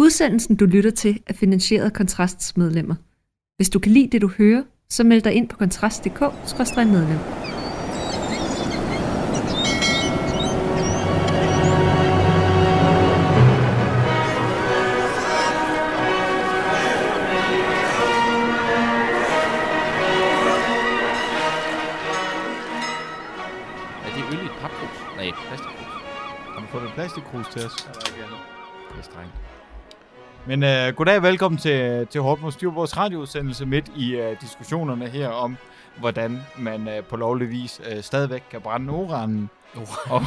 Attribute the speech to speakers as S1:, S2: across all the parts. S1: Udsendelsen, du lytter til, er finansieret af Kontrasts medlemmer. Hvis du kan lide det, du hører, så meld dig ind på kontrast.dk-medlem.
S2: Er det øl i et papkrus? Nej, plastikkrus.
S3: Har du fået en plastikkrus til os?
S2: Det er strengt.
S3: Men øh, goddag og velkommen til, til Hortmund Styrborgs radioudsendelse midt i øh, diskussionerne her om, hvordan man øh, på lovlig vis øh, stadigvæk kan brænde oranen.
S2: Uran.
S3: Og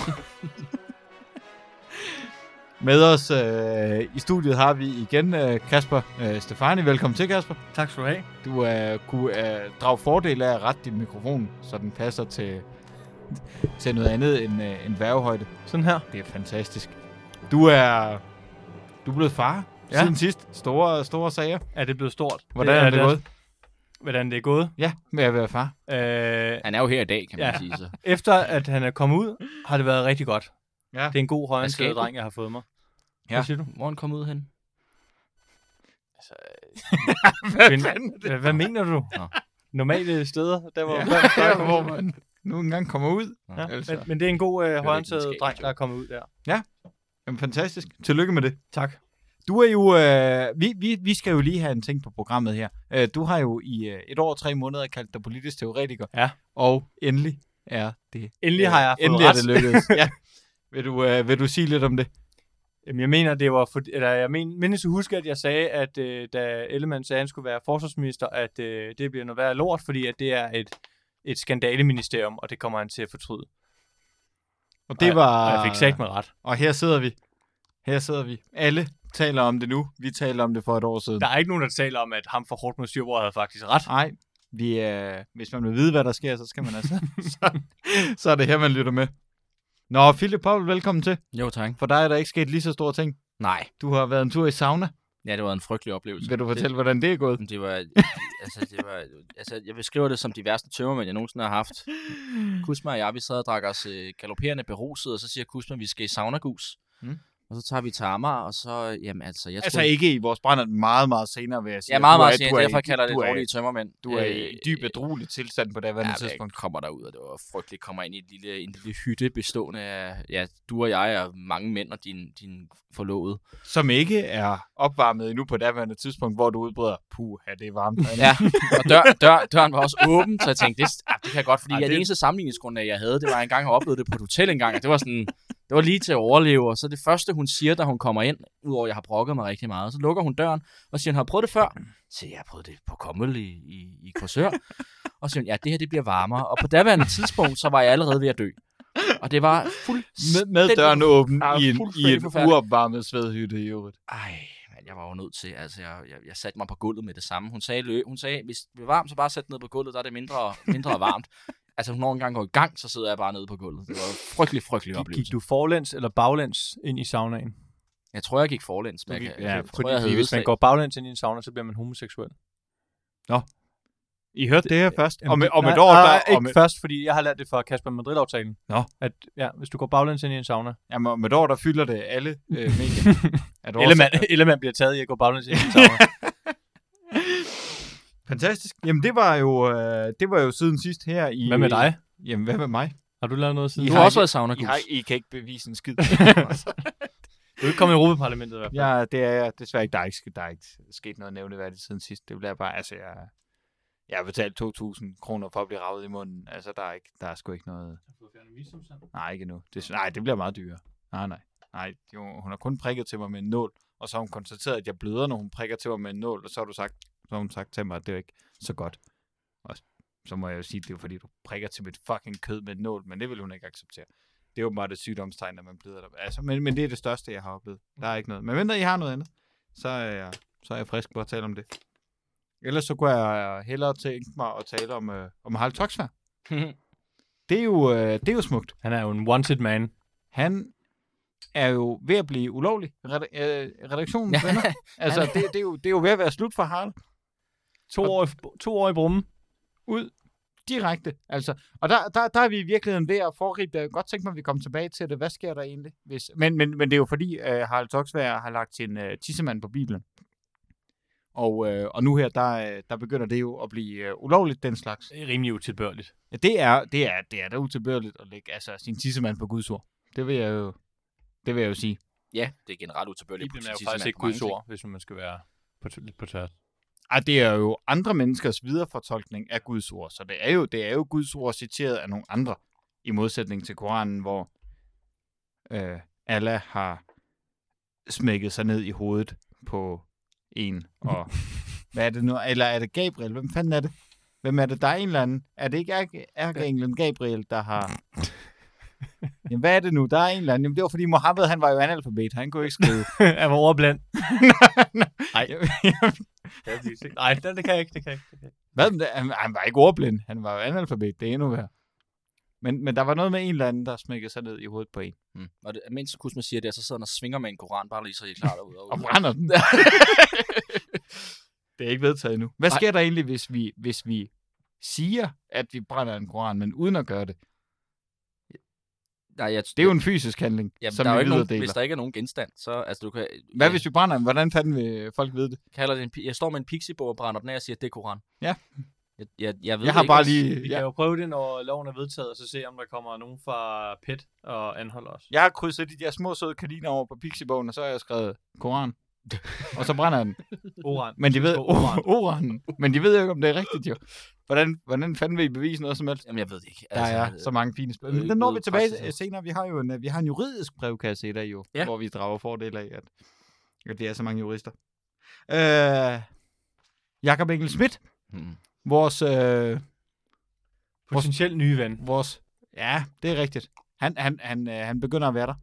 S3: med os øh, i studiet har vi igen øh, Kasper øh, Stefani. Velkommen til, Kasper.
S4: Tak skal du have.
S3: Du øh, kunne øh, drage fordel af at rette din mikrofon, så den passer til, til noget andet end, øh, end værvehøjde.
S4: Sådan her.
S3: Det er fantastisk. Du er, du er blevet far ja.
S4: Ja.
S3: siden sidst. Store, store sager.
S4: Er det blevet stort?
S3: Hvordan det er, det
S4: også-
S3: gået?
S4: Hvordan det er gået.
S3: Ja, med at være far.
S4: Øh,
S2: Han er jo her i dag, kan man
S4: Ja.
S2: sige så.
S4: efter at han er kommet ud, har det været rigtig godt.
S3: Ja.
S4: Det er en god
S2: Hvad skal
S4: højensæde
S2: du?
S4: dreng, jeg har fået mig.
S3: Ja.
S4: Hvad siger du?
S2: Hvor er han kommet ud hen?
S4: Find- Hvad, hvad mener du?
S2: Nå.
S4: Normale steder, der var...
S3: Ja, hvor man nu engang kommer ud.
S2: Nå.
S3: Ja. Altså,
S4: Men, men det er en god øh,
S2: en
S4: højensæde
S2: videnskabelig
S4: dreng, der er
S2: joke.
S4: kommet ud der.
S3: jamen, fantastisk. Tillykke med det.
S4: Tak.
S3: Du er jo, øh, vi, vi, vi skal jo lige have en ting på programmet her. Øh, du har jo i øh, et år og tre måneder kaldt dig politisk teoretiker.
S4: Ja.
S3: Og endelig er det. øh,
S4: Endelig har jeg fået
S3: endelig
S4: ret.
S3: er det lykkedes. ja. Vil du, øh, vil du sige lidt om det?
S4: Jamen, jeg mener, det var for, eller jeg men, mindes at huske, at jeg sagde, at øh, da Ellemann sagde, at han skulle være forsvarsminister, at øh, det bliver noget værd lort, fordi at det er et, et skandaleministerium, og det kommer han til at fortryde.
S3: Og
S4: Og
S3: det
S4: jeg-
S3: var...
S4: Og jeg fik sagt mig ret.
S3: Og her sidder vi. Her sidder vi. Alle taler om det nu. Vi taler om det for et år siden.
S4: Der er ikke nogen, der taler om, at ham fra hårdt mod Styrborg havde faktisk ret.
S3: Nej, vi, øh, hvis man vil vide, hvad der sker, så skal man altså... så, så er det her, man lytter med. Nå, Philip Paul, velkommen til.
S2: Jo, tak.
S3: For dig er der ikke sket lige så store ting.
S2: Nej.
S3: Du har været en tur i sauna.
S2: Ja, det var en frygtelig oplevelse.
S3: Vil du fortælle, hvordan det er gået?
S2: Det, det var, altså, det var, altså, jeg beskriver det som de værste tømmermænd, jeg nogensinde har haft. Kusma og jeg, vi sad og drak os øh, galopperende beruset, og så siger Kusma, vi skal i saunagus.
S3: Mm.
S2: Mm. Og så tager vi til Amager, og så, jamen altså, jeg
S3: Altså
S2: troede-
S3: ikke i vores brænder, meget, meget senere, vil jeg sige.
S2: Ja, meget,
S3: Du er-
S2: meget sent,
S3: du er i-
S2: derfor kalder jeg det
S3: du er i-
S2: dårlige tømmermænd.
S3: Du er i
S2: Øh,
S3: dyb ædruelig tilstand på det her
S2: ja,
S3: tidspunkt.
S2: Jeg kommer derud, og det var frygteligt. Kommer ind i et lille, en lille hytte bestående af ja, du og jeg og mange mænd og din, din forlovede.
S3: Som ikke er opvarmet endnu på daværende tidspunkt, hvor du udbreder, puha, det er varmt.
S2: Ja, og dør, dør, døren var også åben, så jeg tænkte, det, ah, det kan jeg godt, fordi
S4: Ej,
S2: Ej, det...
S4: det-
S2: det eneste sammenligningsgrundlag, jeg havde, det var, at jeg engang har oplevet det på et hotel engang, og det var sådan, det var lige til at overleve, og så det første, hun siger, da hun kommer ind, udover at jeg har brokket mig rigtig meget, så lukker hun døren og siger, hun har du prøvet det før. Så siger jeg, jeg har prøvet det på Kommel i, i, i Korsør. Og så siger hun, ja, det her det bliver varmere. Og på daværende tidspunkt, så var jeg allerede ved at dø. Og det var
S3: Med,
S2: fuldstændig
S3: med døren åben
S2: Ah,
S3: i en, i
S2: fuldstændig
S3: en
S2: forfærdeligt.
S3: uopvarmet svedhytte i øvrigt.
S2: Ej, man, jeg var jo nødt til, altså jeg, jeg, jeg satte mig på gulvet med det samme. Hun sagde, lø, hun sagde hvis det er varmt, så bare sæt ned på gulvet, der er det mindre, mindre varmt. altså når hun engang går i gang, så sidder jeg bare nede på gulvet. Det var en frygtelig, frygtelig
S4: Gik,
S2: oplevelse.
S4: gik du forlæns eller baglæns ind i saunaen?
S2: Jeg tror, jeg gik forlæns, men jeg,
S3: Du
S2: kan,
S3: gik-
S2: jeg,
S3: ja,
S2: jeg
S4: Fordi
S2: tror, jeg havde
S4: hvis man
S2: udslag.
S4: går baglæns ind i en sauna, så bliver man homoseksuel.
S3: I hørte det her først. Ah, Om,
S4: det-
S3: om et
S4: nej,
S3: år,
S4: nej,
S3: der, om,
S4: ikke først, fordi jeg har lært det fra Kasper Madrid-aftalen.
S3: Nå.
S4: At, ja, hvis du går baglæns ind i en sauna.
S3: jamen, om et år, der fylder det alle øh, medier. Er du også-
S4: Ellemann, Ellemann bliver taget i at gå baglæns ind i en sauna.
S3: Fantastisk. Jamen, det var, jo, øh, det var jo siden sidst her i...
S4: Hvad med dig?
S3: Jamen, hvad med mig?
S4: Har du lavet noget siden?
S3: I
S2: Du
S4: Du
S2: har
S3: har
S2: også
S3: ikke-
S2: været i sauna,
S3: I,
S2: Gus.
S3: har, I kan ikke bevise en skid.
S4: er ikke kommet i Europaparlamentet i hvert fald.
S3: ja, det er jeg desværre ikke. Der er ikke, sk- der er ikke sket noget nævneværdigt siden sidst. Det bliver bare... Altså, jeg, jeg har betalt 2.000 kroner for at blive ravet i munden. Altså, der er, ikke, der er sgu ikke noget... Nej, ikke endnu. Det, nej, det bliver meget dyrere. Nej, nej. Nej, jo, hun har kun prikket til mig med en nål, og så har hun konstateret, at jeg bløder, når hun prikker til mig med en nål, og så har, du sagt, så har hun sagt til mig, at det er ikke så godt. Og så må jeg jo sige, at det er jo fordi, du prikker til mit fucking kød med en nål, men det vil hun ikke acceptere. Det er åbenbart et sygdomstegn, når man bløder. der- Altså, men, men det er det største, jeg har oplevet. Der er ikke noget. Men mindre I har noget andet, så er jeg, så er jeg frisk på at tale om det. Ellers så kunne jeg hellere tænke mig at tale om, øh, om Harald Toksvær. Det er jo, øh, det er jo smukt.
S4: Han er jo en wanted man.
S3: Han er jo ved at blive ulovlig. Red- øh, redaktionen
S2: Ja.
S3: venner. Altså, det, det, er jo, det er jo ved at være slut for Harald.
S4: To år, i- to år i brummen.
S3: Ud. Direkte, altså. Og der, der, der er vi i virkeligheden ved at foregribe det. Jeg kunne godt tænke mig, at vi kommer tilbage til det. Hvad sker der egentlig? Hvis... Men, men, men det er jo fordi, øh, Harald Toksvær har lagt sin øh, tissemand på Bibelen. Og, øh, og nu her, der, øh, der begynder det jo at blive øh, ulovligt, den slags.
S4: Det er rimelig utilbørligt.
S3: Ja, det er, det er, det er da utilbørligt at lægge altså, sin tissemand på Guds ord. Det vil jeg jo, det vil jeg jo sige.
S2: Ja, det er generelt utilbørligt.
S4: Bibelen er
S2: politisk
S4: jo faktisk
S2: mand
S4: ikke
S2: på mange
S4: Guds
S2: ting.
S4: ord, hvis man skal være på, t- lidt på tørt.
S3: Ej, det er jo andre menneskers viderefortolkning af Guds ord. Så det er jo, det er jo Guds ord citeret af nogle andre, i modsætning til Koranen, hvor øh, Allah har smækket sig ned i hovedet på en. Og hvad er det nu? Eller er det Gabriel? Hvem fanden er det? Hvem er det? Der er en eller anden. Er det ikke ærke- ærkeenglen Gabriel, der har... Jamen, hvad er det nu? Der er en eller anden. Jamen, det var fordi Mohammed, han var jo analfabet. Han kunne ikke skrive.
S4: jeg var overblandt.
S3: Nej.
S4: Nej, det, det kan jeg ikke, det kan jeg ikke. Det kan jeg ikke.
S3: Hvad? med det? Han, han var ikke ordblind. Han var jo analfabet. Det er endnu værre. Men, men der var noget med en eller anden, der smækkede sig ned i hovedet på en.
S2: Mm. Og det, mens Kusma siger det, så sidder han og svinger med en koran, bare lige så I er klar derude.
S3: Og brænder den. det er ikke vedtaget endnu. Hvad
S2: Nej.
S3: sker der egentlig, hvis vi, hvis vi siger, at vi brænder en koran, men uden at gøre det?
S2: Nej, jeg,
S3: Det er jo en fysisk handling,
S2: jamen,
S3: som
S2: der er jo
S3: vi
S2: ikke nogen,
S3: videredeler.
S2: Hvis der ikke er nogen genstand, så... Altså, du kan,
S3: Hvad hvis vi brænder den? Hvordan fanden vil folk vide det?
S2: Jeg, kalder det en, pi- jeg står med en pixiebog og brænder den af og siger, det er koran.
S3: Ja.
S2: Jeg, jeg, jeg, ved
S3: Jeg har
S2: ikke,
S3: bare
S2: altså.
S3: lige...
S4: Vi kan
S3: Jeg,
S4: jo prøve det, når loven er vedtaget, og så se, om der kommer nogen fra PET og anholder os.
S3: jeg har krydset de der små søde kaniner over på Pixiebogen, og så har jeg skrevet koran. og så brænder jeg den.
S4: Oran.
S3: Men de ved...
S4: På Oran.
S3: Oranen. Men de ved jo ikke, om det er rigtigt, jo. Hvordan, hvordan fanden vil I bevise noget som helst?
S2: Jamen, jeg ved det ikke.
S3: Der er
S4: Altså,
S3: så mange fine
S2: ved
S3: spørgsmål.
S4: øh,
S3: Men
S2: ikke,
S3: den når
S2: ved
S3: vi tilbage
S2: praksis-
S3: til senere. Vi har jo en, øh, vi har en juridisk brevkasse i dag jo,
S2: Ja.
S3: ja. hvor vi drager fordel af, at, at vi er så mange jurister. Øh, Jakob Engel Schmidt,
S2: Mm.
S3: vores, øh,
S4: Potentielt nye ven.
S3: vores... Ja, det er rigtigt. Han, han, han, øh, han begynder at være der.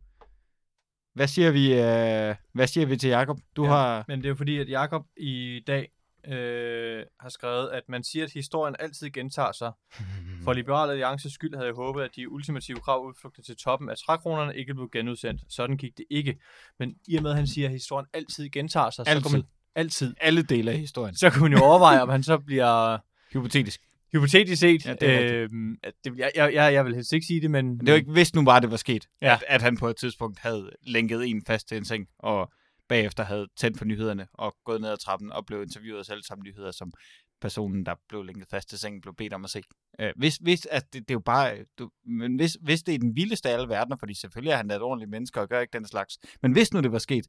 S3: Hvad siger vi, øh, hvad siger vi til Jakob? Du
S4: Ja.
S3: ja. har...
S4: Men det er jo fordi, at Jakob i dag øh, har skrevet, at man siger, at historien altid gentager sig. For Liberal Alliances skyld havde jeg håbet, at de ultimative krav udflugten til toppen af trækronerne ikke blev genudsendt. Sådan gik det ikke. Men i og med, at han siger, at historien altid gentager sig, så
S3: Altid.
S4: kunne man, altid,
S3: Alle dele af historien.
S4: så kunne man jo overveje, om han så bliver
S3: Hypotetisk.
S4: hypotetisk set.
S3: Ja, det er rigtigt.
S4: øhm, at det, jeg, jeg, jeg, jeg vil helst ikke sige det, men...
S3: Men det var ikke, hvis nu bare det var sket,
S4: Ja.
S3: ja. at, at han på et tidspunkt havde lænket en fast til en seng, og bagefter havde tændt for nyhederne, og gået ned ad trappen og blev interviewet af selv samme nyheder, som personen, der blev lænket fast til sengen, blev bedt om at se. Øh, hvis, hvis, altså, det, det, er jo bare, øh, du, men hvis, hvis det er den vildeste af alle verdener, fordi selvfølgelig er han da et ordentligt menneske og gør ikke den slags, men hvis nu det var sket,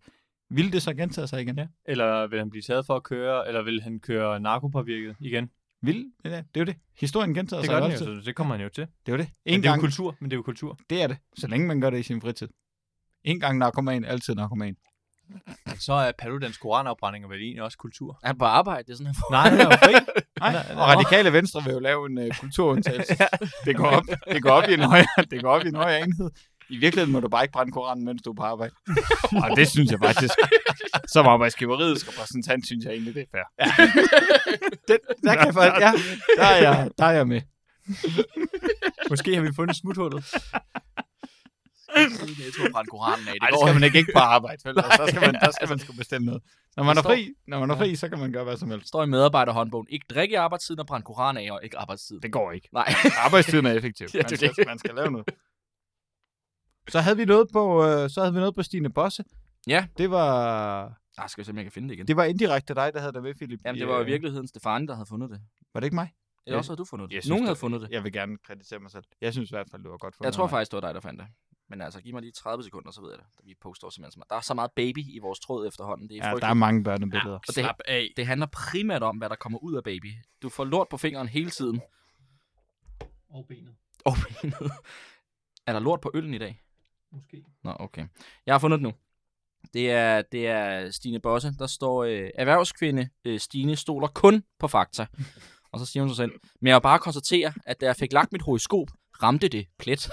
S3: ville det så gentage sig igen? Ja.
S4: Eller vil han blive taget for at køre, eller vil han køre narkopåvirket igen?
S3: Ville? Ja, det er jo det. Historien gentager
S4: Det
S3: sig
S4: gør
S3: jo
S4: han jo,
S3: altid.
S4: så det kommer han jo til.
S3: Det er jo det.
S4: Men
S3: En
S4: det er jo
S3: gang,
S4: kultur, men det er jo kultur.
S3: det er det. Så længe man gør det i sin fritid. En gang narkoman, altid narkoman.
S4: Så er Paludans koranafbrændinger vel egentlig også kultur.
S2: Er han på arbejde? Det er sådan, han
S4: Nej, han er jo fri.
S3: Nej,
S4: Nej,
S3: og radikale venstre vil jo lave en uh, kulturundtagelse. det, går op, det, går op i en højere, det går op i en højere enhed. I virkeligheden må du bare ikke brænde koranen, mens du er på arbejde. og det synes jeg faktisk, som arbejdsgiveriets repræsentant, synes jeg egentlig, det er fair. Ja. det, der, kan jeg, faktisk- ja, der, er jeg, der er jeg med.
S4: Måske har vi fundet smuthullet.
S2: får jeg tror, brænde koranen af. Det
S3: Ej, det
S2: går
S3: skal man ikke, ikke på arbejde. Vel? Så skal man, der skal man sgu bestemme noget. Når man er fri, når man er fri så kan man gøre hvad som helst.
S2: står i medarbejderhåndbogen. Ikke drikke i arbejdstiden og brænde koran af, og ikke arbejdstid.
S3: Det går ikke.
S2: Nej.
S3: Arbejdstiden er effektiv.
S2: Ja, det er
S3: man, skal, man skal lave noget. Så havde vi noget på, øh, så havde vi noget på Stine Bosse.
S2: Ja.
S3: Det var,
S2: Ah, skal vi se, om jeg kan finde det igen.
S3: det var indirekte dig, der havde der med, Philip.
S2: Jamen, det var jo
S3: Øh,
S2: i virkeligheden Stefanie, der havde fundet det.
S3: Var det ikke mig?
S2: Eller
S3: Ja.
S2: også havde du fundet det.
S3: Jeg synes,
S2: Nogen
S3: det-
S2: havde fundet det.
S3: Jeg vil gerne kreditere mig selv. Jeg synes i hvert fald, det var godt fundet.
S2: Jeg tror
S3: af mig.
S2: faktisk, det var dig, der fandt det. Men altså, giv mig lige 30 sekunder, så ved jeg det. Vi poster simpelthen så meget. Der er så meget baby i vores tråd efterhånden. Det er
S3: Ja,
S2: frygteligt.
S3: der er mange børnebilleder.
S2: Og det,
S4: af.
S2: det handler primært om, hvad der kommer ud af baby. Du får lort på fingeren hele tiden.
S4: Og benet.
S2: Og benet. er der lort på øllen i dag?
S4: Måske.
S2: Nå, okay. Jeg har fundet det nu. Det er, det er Stine Bosse. Der står, øh, erhvervskvinde øh, Stine stoler kun på fakta. Og så siger hun sig selv, men jeg vil bare konstatere, at da jeg fik lagt mit horoskop, ramte det plet.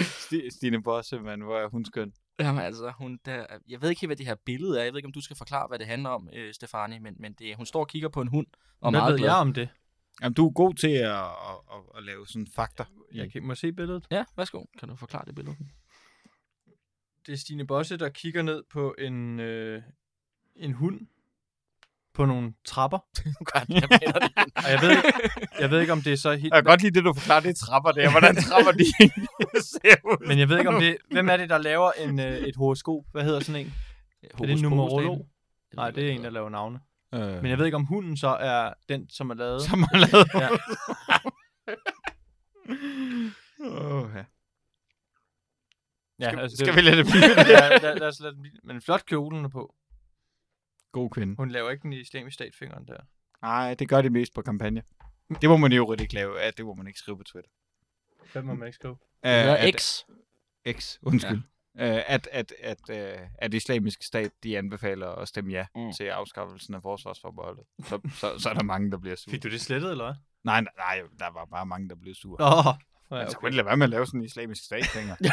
S3: Sti- Stine Bosse, man, hvor er hun skøn.
S2: Jamen altså, hun der, jeg ved ikke helt, hvad det her billede er. Jeg ved ikke, om du skal forklare, hvad det handler om, øh, Stefanie, men, men det, hun står og kigger på en hund. Og er
S4: Hvad
S2: meget
S4: ved
S2: glad.
S4: jeg om det?
S3: Jamen, du er god til at, at, at, at lave sådan fakta.
S4: Jeg kan, må jeg se billedet.
S2: Ja, værsgo. Kan du forklare det billede?
S4: Det er Stine Bosse, der kigger ned på en, øh, en hund. på nogle trapper.
S2: Godt, jeg mener det.
S4: Og jeg ved ikke, jeg ved ikke om det er så helt...
S3: Jeg kan godt lide det, du forklarer, det er trapper der. Hvordan trapper de egentlig ser ud?
S4: Men jeg ved ikke om det... Hvem er det, der laver en, øh, et horoskop? Hvad hedder sådan en? Er det en numerolog? Nej, det er en, der laver navne.
S3: Øh,
S4: Men jeg ved ikke, om hunden så er den, som er lavet.
S3: som har lavet...
S4: Ja.
S3: Åh, ja.
S4: Ja,
S3: Skal,
S4: altså, det-
S3: skal vi lade det blive?
S4: ja, lad, lad os lade den blive. Men flot kjolen er på.
S3: God kvinde.
S4: Hun laver ikke den islamisk statfingeren der.
S3: Nej, det gør det mest på kampagne. Det må man i øvrigt ikke lave. Ja, det må man ikke skrive på Twitter.
S4: Hvem må man ikke skrive?
S3: Øh,
S2: Det hedder
S3: at-
S2: X.
S3: X, undskyld. Ja. Øh, at, at, at, øh, at islamisk stat, de anbefaler at stemme ja
S2: Mm.
S3: mm. til afskaffelsen af forsvarsforbeholdet. Så, så, så er der mange, der bliver sure.
S4: Fik du det slettet, eller hvad?
S3: Nej, nej, nej, der var bare mange, der blev sure.
S4: Nå, ja,
S3: Okay. Altså,
S4: okay.
S3: kunne lade være med at lave sådan en islamisk stat, tænker jeg.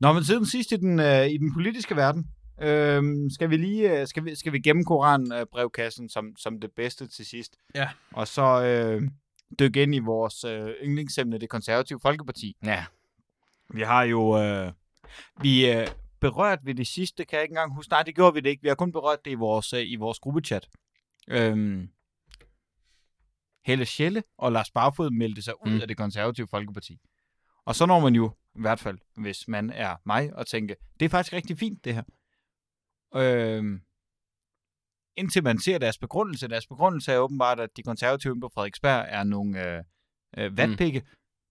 S3: Nå, men siden sidst i den, øh, i den politiske verden, øh, skal vi lige øh, skal vi, skal vi gemme Koran-brevkassen som, som det bedste til sidst.
S4: Ja.
S3: Og så øh, dykke ind i vores øh, yndlingsemne, det konservative Folkeparti.
S2: Ja.
S3: Vi har jo... Øh, vi øh, berørt ved det sidste, kan jeg ikke engang huske. Nej, det gjorde vi det ikke. Vi har kun berørt det i vores, øh, i vores gruppechat. Øhm, Helle Schelle og Lars Barfod meldte sig ud
S2: Mm.
S3: mm. af det konservative Folkeparti. Og så når man jo, i hvert fald hvis man er mig, og tænke, det er faktisk rigtig fint det her. Øhm, indtil man ser deres begrundelse. Deres begrundelse er åbenbart, at de konservative inde på Frederiksberg er nogle øh, øh, vatpikke,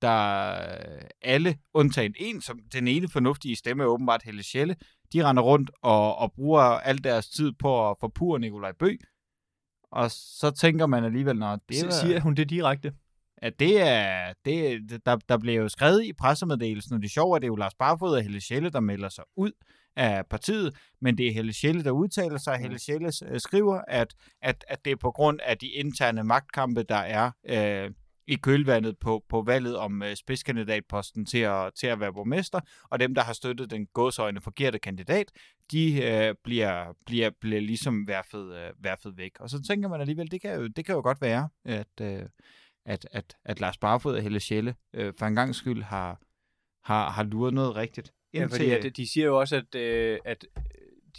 S3: der øh, alle, undtagen en, som den ene fornuftige stemme er åbenbart Helle Schelle, de render rundt og, og bruger al deres tid på at forpure Nikolaj Bø. Og så tænker man alligevel, når det er,
S4: S- Siger hun det direkte?
S3: at det er, det, der, der bliver jo skrevet i pressemeddelelsen, og det sjove er, at det er jo Lars Barfod og Helle Schelle, der melder sig ud af partiet, men det er Helle Schelle, der udtaler sig. Helle Schelle øh, skriver, at, at, at det er på grund af de interne magtkampe, der er øh, i kølvandet på, på valget om øh, spidskandidatposten til at, til at være borgmester, og dem, der har støttet den gåsøjne forkerte kandidat, de øh, bliver, bliver, bliver ligesom værfet, øh, værfet væk. Og så tænker man alligevel, det kan jo, det kan jo godt være, at, øh, at, at, at Lars Barfod og Helle Schelle øh, for en gang skyld har, har, har luret noget rigtigt. øh,
S4: Ja, fordi at, de siger jo også, at, øh, at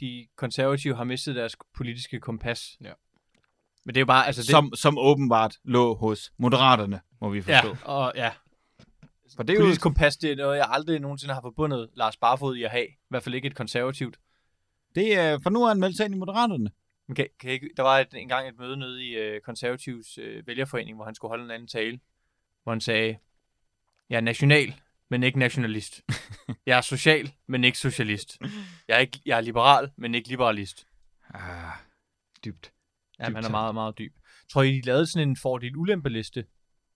S4: de konservative har mistet deres politiske kompas.
S2: Ja.
S4: Men det er jo bare... Altså,
S3: altså
S4: det,
S3: det... som, som åbenbart lå hos Moderaterne, må vi forstå. Ja.
S4: Ja, og ja.
S3: For det er jo,
S4: Politisk kompas, det er noget, jeg aldrig nogensinde har forbundet Lars Barfod i at have. I hvert fald ikke et konservativt.
S3: det er, for nu er han meldt sig ind i Moderaterne.
S4: Men kan, kan I ikke, der var et, engang et møde nede i øh, konservativs øh, vælgerforening, hvor han skulle holde en anden tale, hvor han sagde, jeg er national, men ikke nationalist. Jeg er social, men ikke socialist. Jeg er, ikke, jeg er liberal, men ikke liberalist.
S3: Ah, dybt.
S4: Ja,
S3: Dybt
S4: han er
S3: tak.
S4: meget, meget dyb. Tror I, de lavede sådan en fordel-ulempe-liste?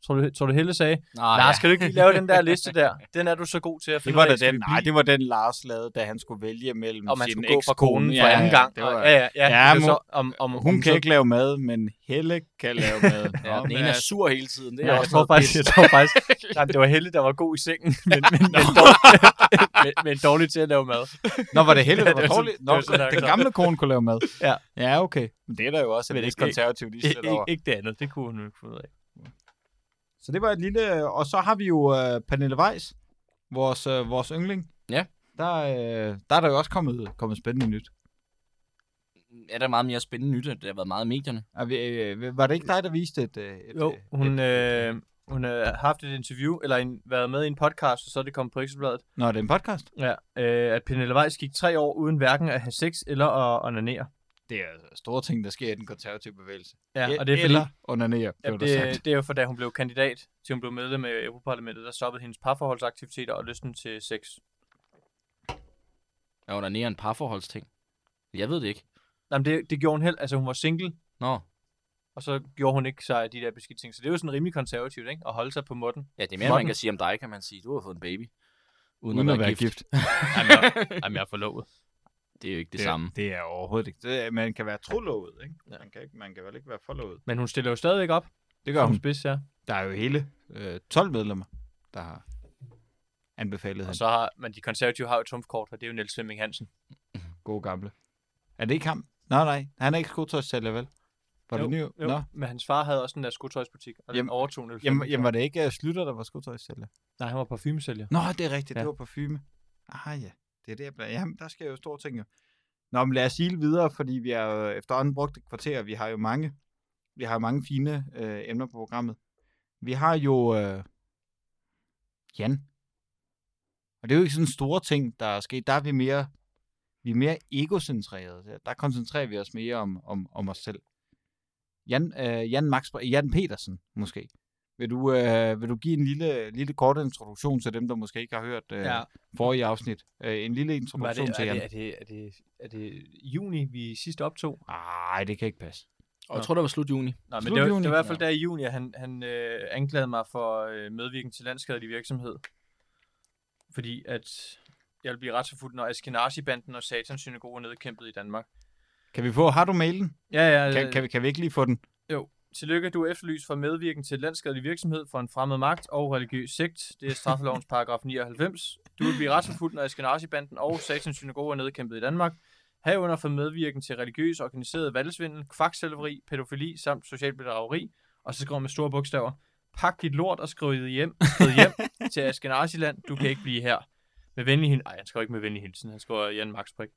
S4: Tror du, tror du Helle sagde,
S2: Nej,
S4: Lars, skal du ikke lige lave den der liste der? Den er du så god til at
S3: Det
S4: finde
S3: var
S4: ud af,
S3: da
S4: skal
S3: den,
S4: vi
S3: nej,
S4: blive?"
S3: det var den Lars lavede, da han skulle vælge mellem
S4: om man
S3: sin
S4: skulle gå fra konen
S3: ekskone.
S4: for anden gang.
S3: Det var,
S4: ja, ja, ja.
S3: Ja,
S4: Det er
S3: må-
S4: så, om, om,
S3: Hun kan
S4: om så-
S3: ikke lave mad, men Helle kan lave mad. øh,
S2: Ja, den ene er sur hele tiden. Det er altså
S4: Ja, altså- jeg
S2: også
S4: tror
S2: noget
S4: faktisk,
S2: pis.
S4: jeg tror faktisk nej, det var Helle, der var god i sengen, men, men, men, dårlig, men, men dårlig til at lave mad.
S3: Nå, var det Helle, der
S4: Det
S3: var
S4: var sådan-
S3: dårlig?
S4: det
S3: Nå,
S4: var sådan, der-
S3: den gamle kone kunne lave mad.
S4: Ja.
S3: Ja, okay. Men det er der jo også,
S4: Men
S3: at det er
S4: ikke-
S3: konservativt, de
S4: Ik-
S3: sætter over.
S4: ikke, ikke det andet, det kunne hun ikke finde ud af.
S3: Så det var et lille... Og så har vi jo øh, Pernille Weiss, vores, øh, vores yndling.
S2: Ja.
S3: Der, øh, der er der jo også kommet, kommet spændende nyt.
S2: er der meget mere spændende nyt, at det har været meget i medierne.
S3: Er vi, øh, var det ikke dig, der viste et... øh, et
S4: Jo,
S3: øh,
S4: hun,
S3: et-
S4: øh, hun har haft et interview, eller en, været med i en podcast, og så er det kommet på Ekstrabladet,
S3: Nå, er det en podcast?
S4: ja, øh, at Pernille Weiss gik tre år uden hverken at have sex eller at onanere.
S3: Det er altså store ting, der sker i den konservative bevægelelse.
S4: Ja, og det er fordi,
S3: Eller onanere,
S4: Ja,
S3: blev der
S4: E- det,
S3: sagt.
S4: det er jo for, da hun blev kandidat til hun blev medlem af Europaparlamentet, der stoppede hendes parforholdsaktiviteter og lysten til sex.
S2: Jeg var nære en parforholdsting. Jeg ved det ikke.
S4: Jamen, det, det gjorde hun helt, altså hun var single,
S2: Nå,
S4: og så gjorde hun ikke sig af de der beskidte ting. Så det er jo sådan rimelig konservativt, ikke? At holde sig på måtten.
S2: ja, det er mere,
S4: Måtten.
S2: man kan sige om dig, kan man sige. Du har fået en baby. Uden,
S3: Uden at være gift.
S4: Jamen, jeg, jamen, jeg er forlovet.
S2: Det er jo ikke det, samme.
S3: Det er overhovedet ikke. Det, er- man kan være trolovet, ikke? Man kan, ikke, man kan vel ikke være forlovet.
S4: Men hun stiller jo stadigvæk op.
S3: Det
S4: Ja,
S3: gør
S4: hun
S3: hun.
S4: spids, ja.
S3: Der er jo hele øh, 12 medlemmer, der har anbefalet
S4: Og
S3: hans
S4: så har, men de konservative har jo et trumfkort, og det er jo Niels Flemming Hansen.
S3: gode gamle. Er det ikke ham? Nej, nej. Han er ikke skotøjssælger, vel? Var det ny?
S4: jo,
S3: Nå.
S4: Men hans far havde også en der skotøjsbutik, og den
S3: Jamen-
S4: overtog Niels
S3: Jamen,
S4: Flemming.
S3: jamen, var det ikke uh, Slytter, der var skotøjssælger?
S4: Nej, han var parfumesælger.
S3: Nå, det er rigtigt. Ja.
S4: Ja.
S3: Det var parfume. Ah ja, det er det, jeg bla- Jamen, der sker jo store ting jo. Nå, men lad os ile videre, fordi vi har jo efterhånden brugt et kvarter, og vi har jo mange, vi har jo mange fine øh, emner på programmet. Vi har jo øh, Jan. Og det er jo ikke sådan store ting, der er sket. Der er vi mere, vi er mere egocentrerede. Der- Der koncentrerer vi os mere om, om, om os selv. Jan, øh, Jan, Max, Jan Petersen, måske. Vil du, øh, vil du give en lille, lille kort introduktion til dem, der måske ikke har hørt øh, ja. forrige afsnit? Øh, en lille
S4: Var det,
S3: introduktion
S4: er,
S3: til Jan.
S4: det, er, det, er, det, er det juni, vi sidst optog?
S3: Nej, det kan ikke passe.
S2: Og jeg tror, det var slut juni.
S4: Nej, men
S3: Slut
S4: det var,
S3: juni.
S4: det var i hvert fald der i juni, at han, han øh, anklagede mig for øh, medvirken til landskadelig virksomhed. Fordi at jeg ville blive retsforfulgt, når Eskenazi-banden og Satans synagoge er nedkæmpet i Danmark.
S3: Kan vi få, har du mailen?
S4: Ja, øh, ja.
S3: Kan, kan, vi, kan vi ikke lige få den?
S4: Tillykke, du er efterlyst for medvirken til landskadelig virksomhed for en fremmed magt og religiøs sekt. Det er straffelovens paragraf 99. Du vil blive retsforfulgt, når Eskenazi-banden og Satans synagoge er nedkæmpet i Danmark. Herunder for medvirken til religiøs organiseret valgsvindel, kvaksalveri, pædofili samt social bedrageri. Og så skriver man med store bogstaver. Pak dit lort og skriv det hjem, skriv hjem til Askenaziland. Du kan ikke blive her. Med venlig hilsen. Nej, han skriver ikke med venlig hilsen. Han skriver Jan Max Prik.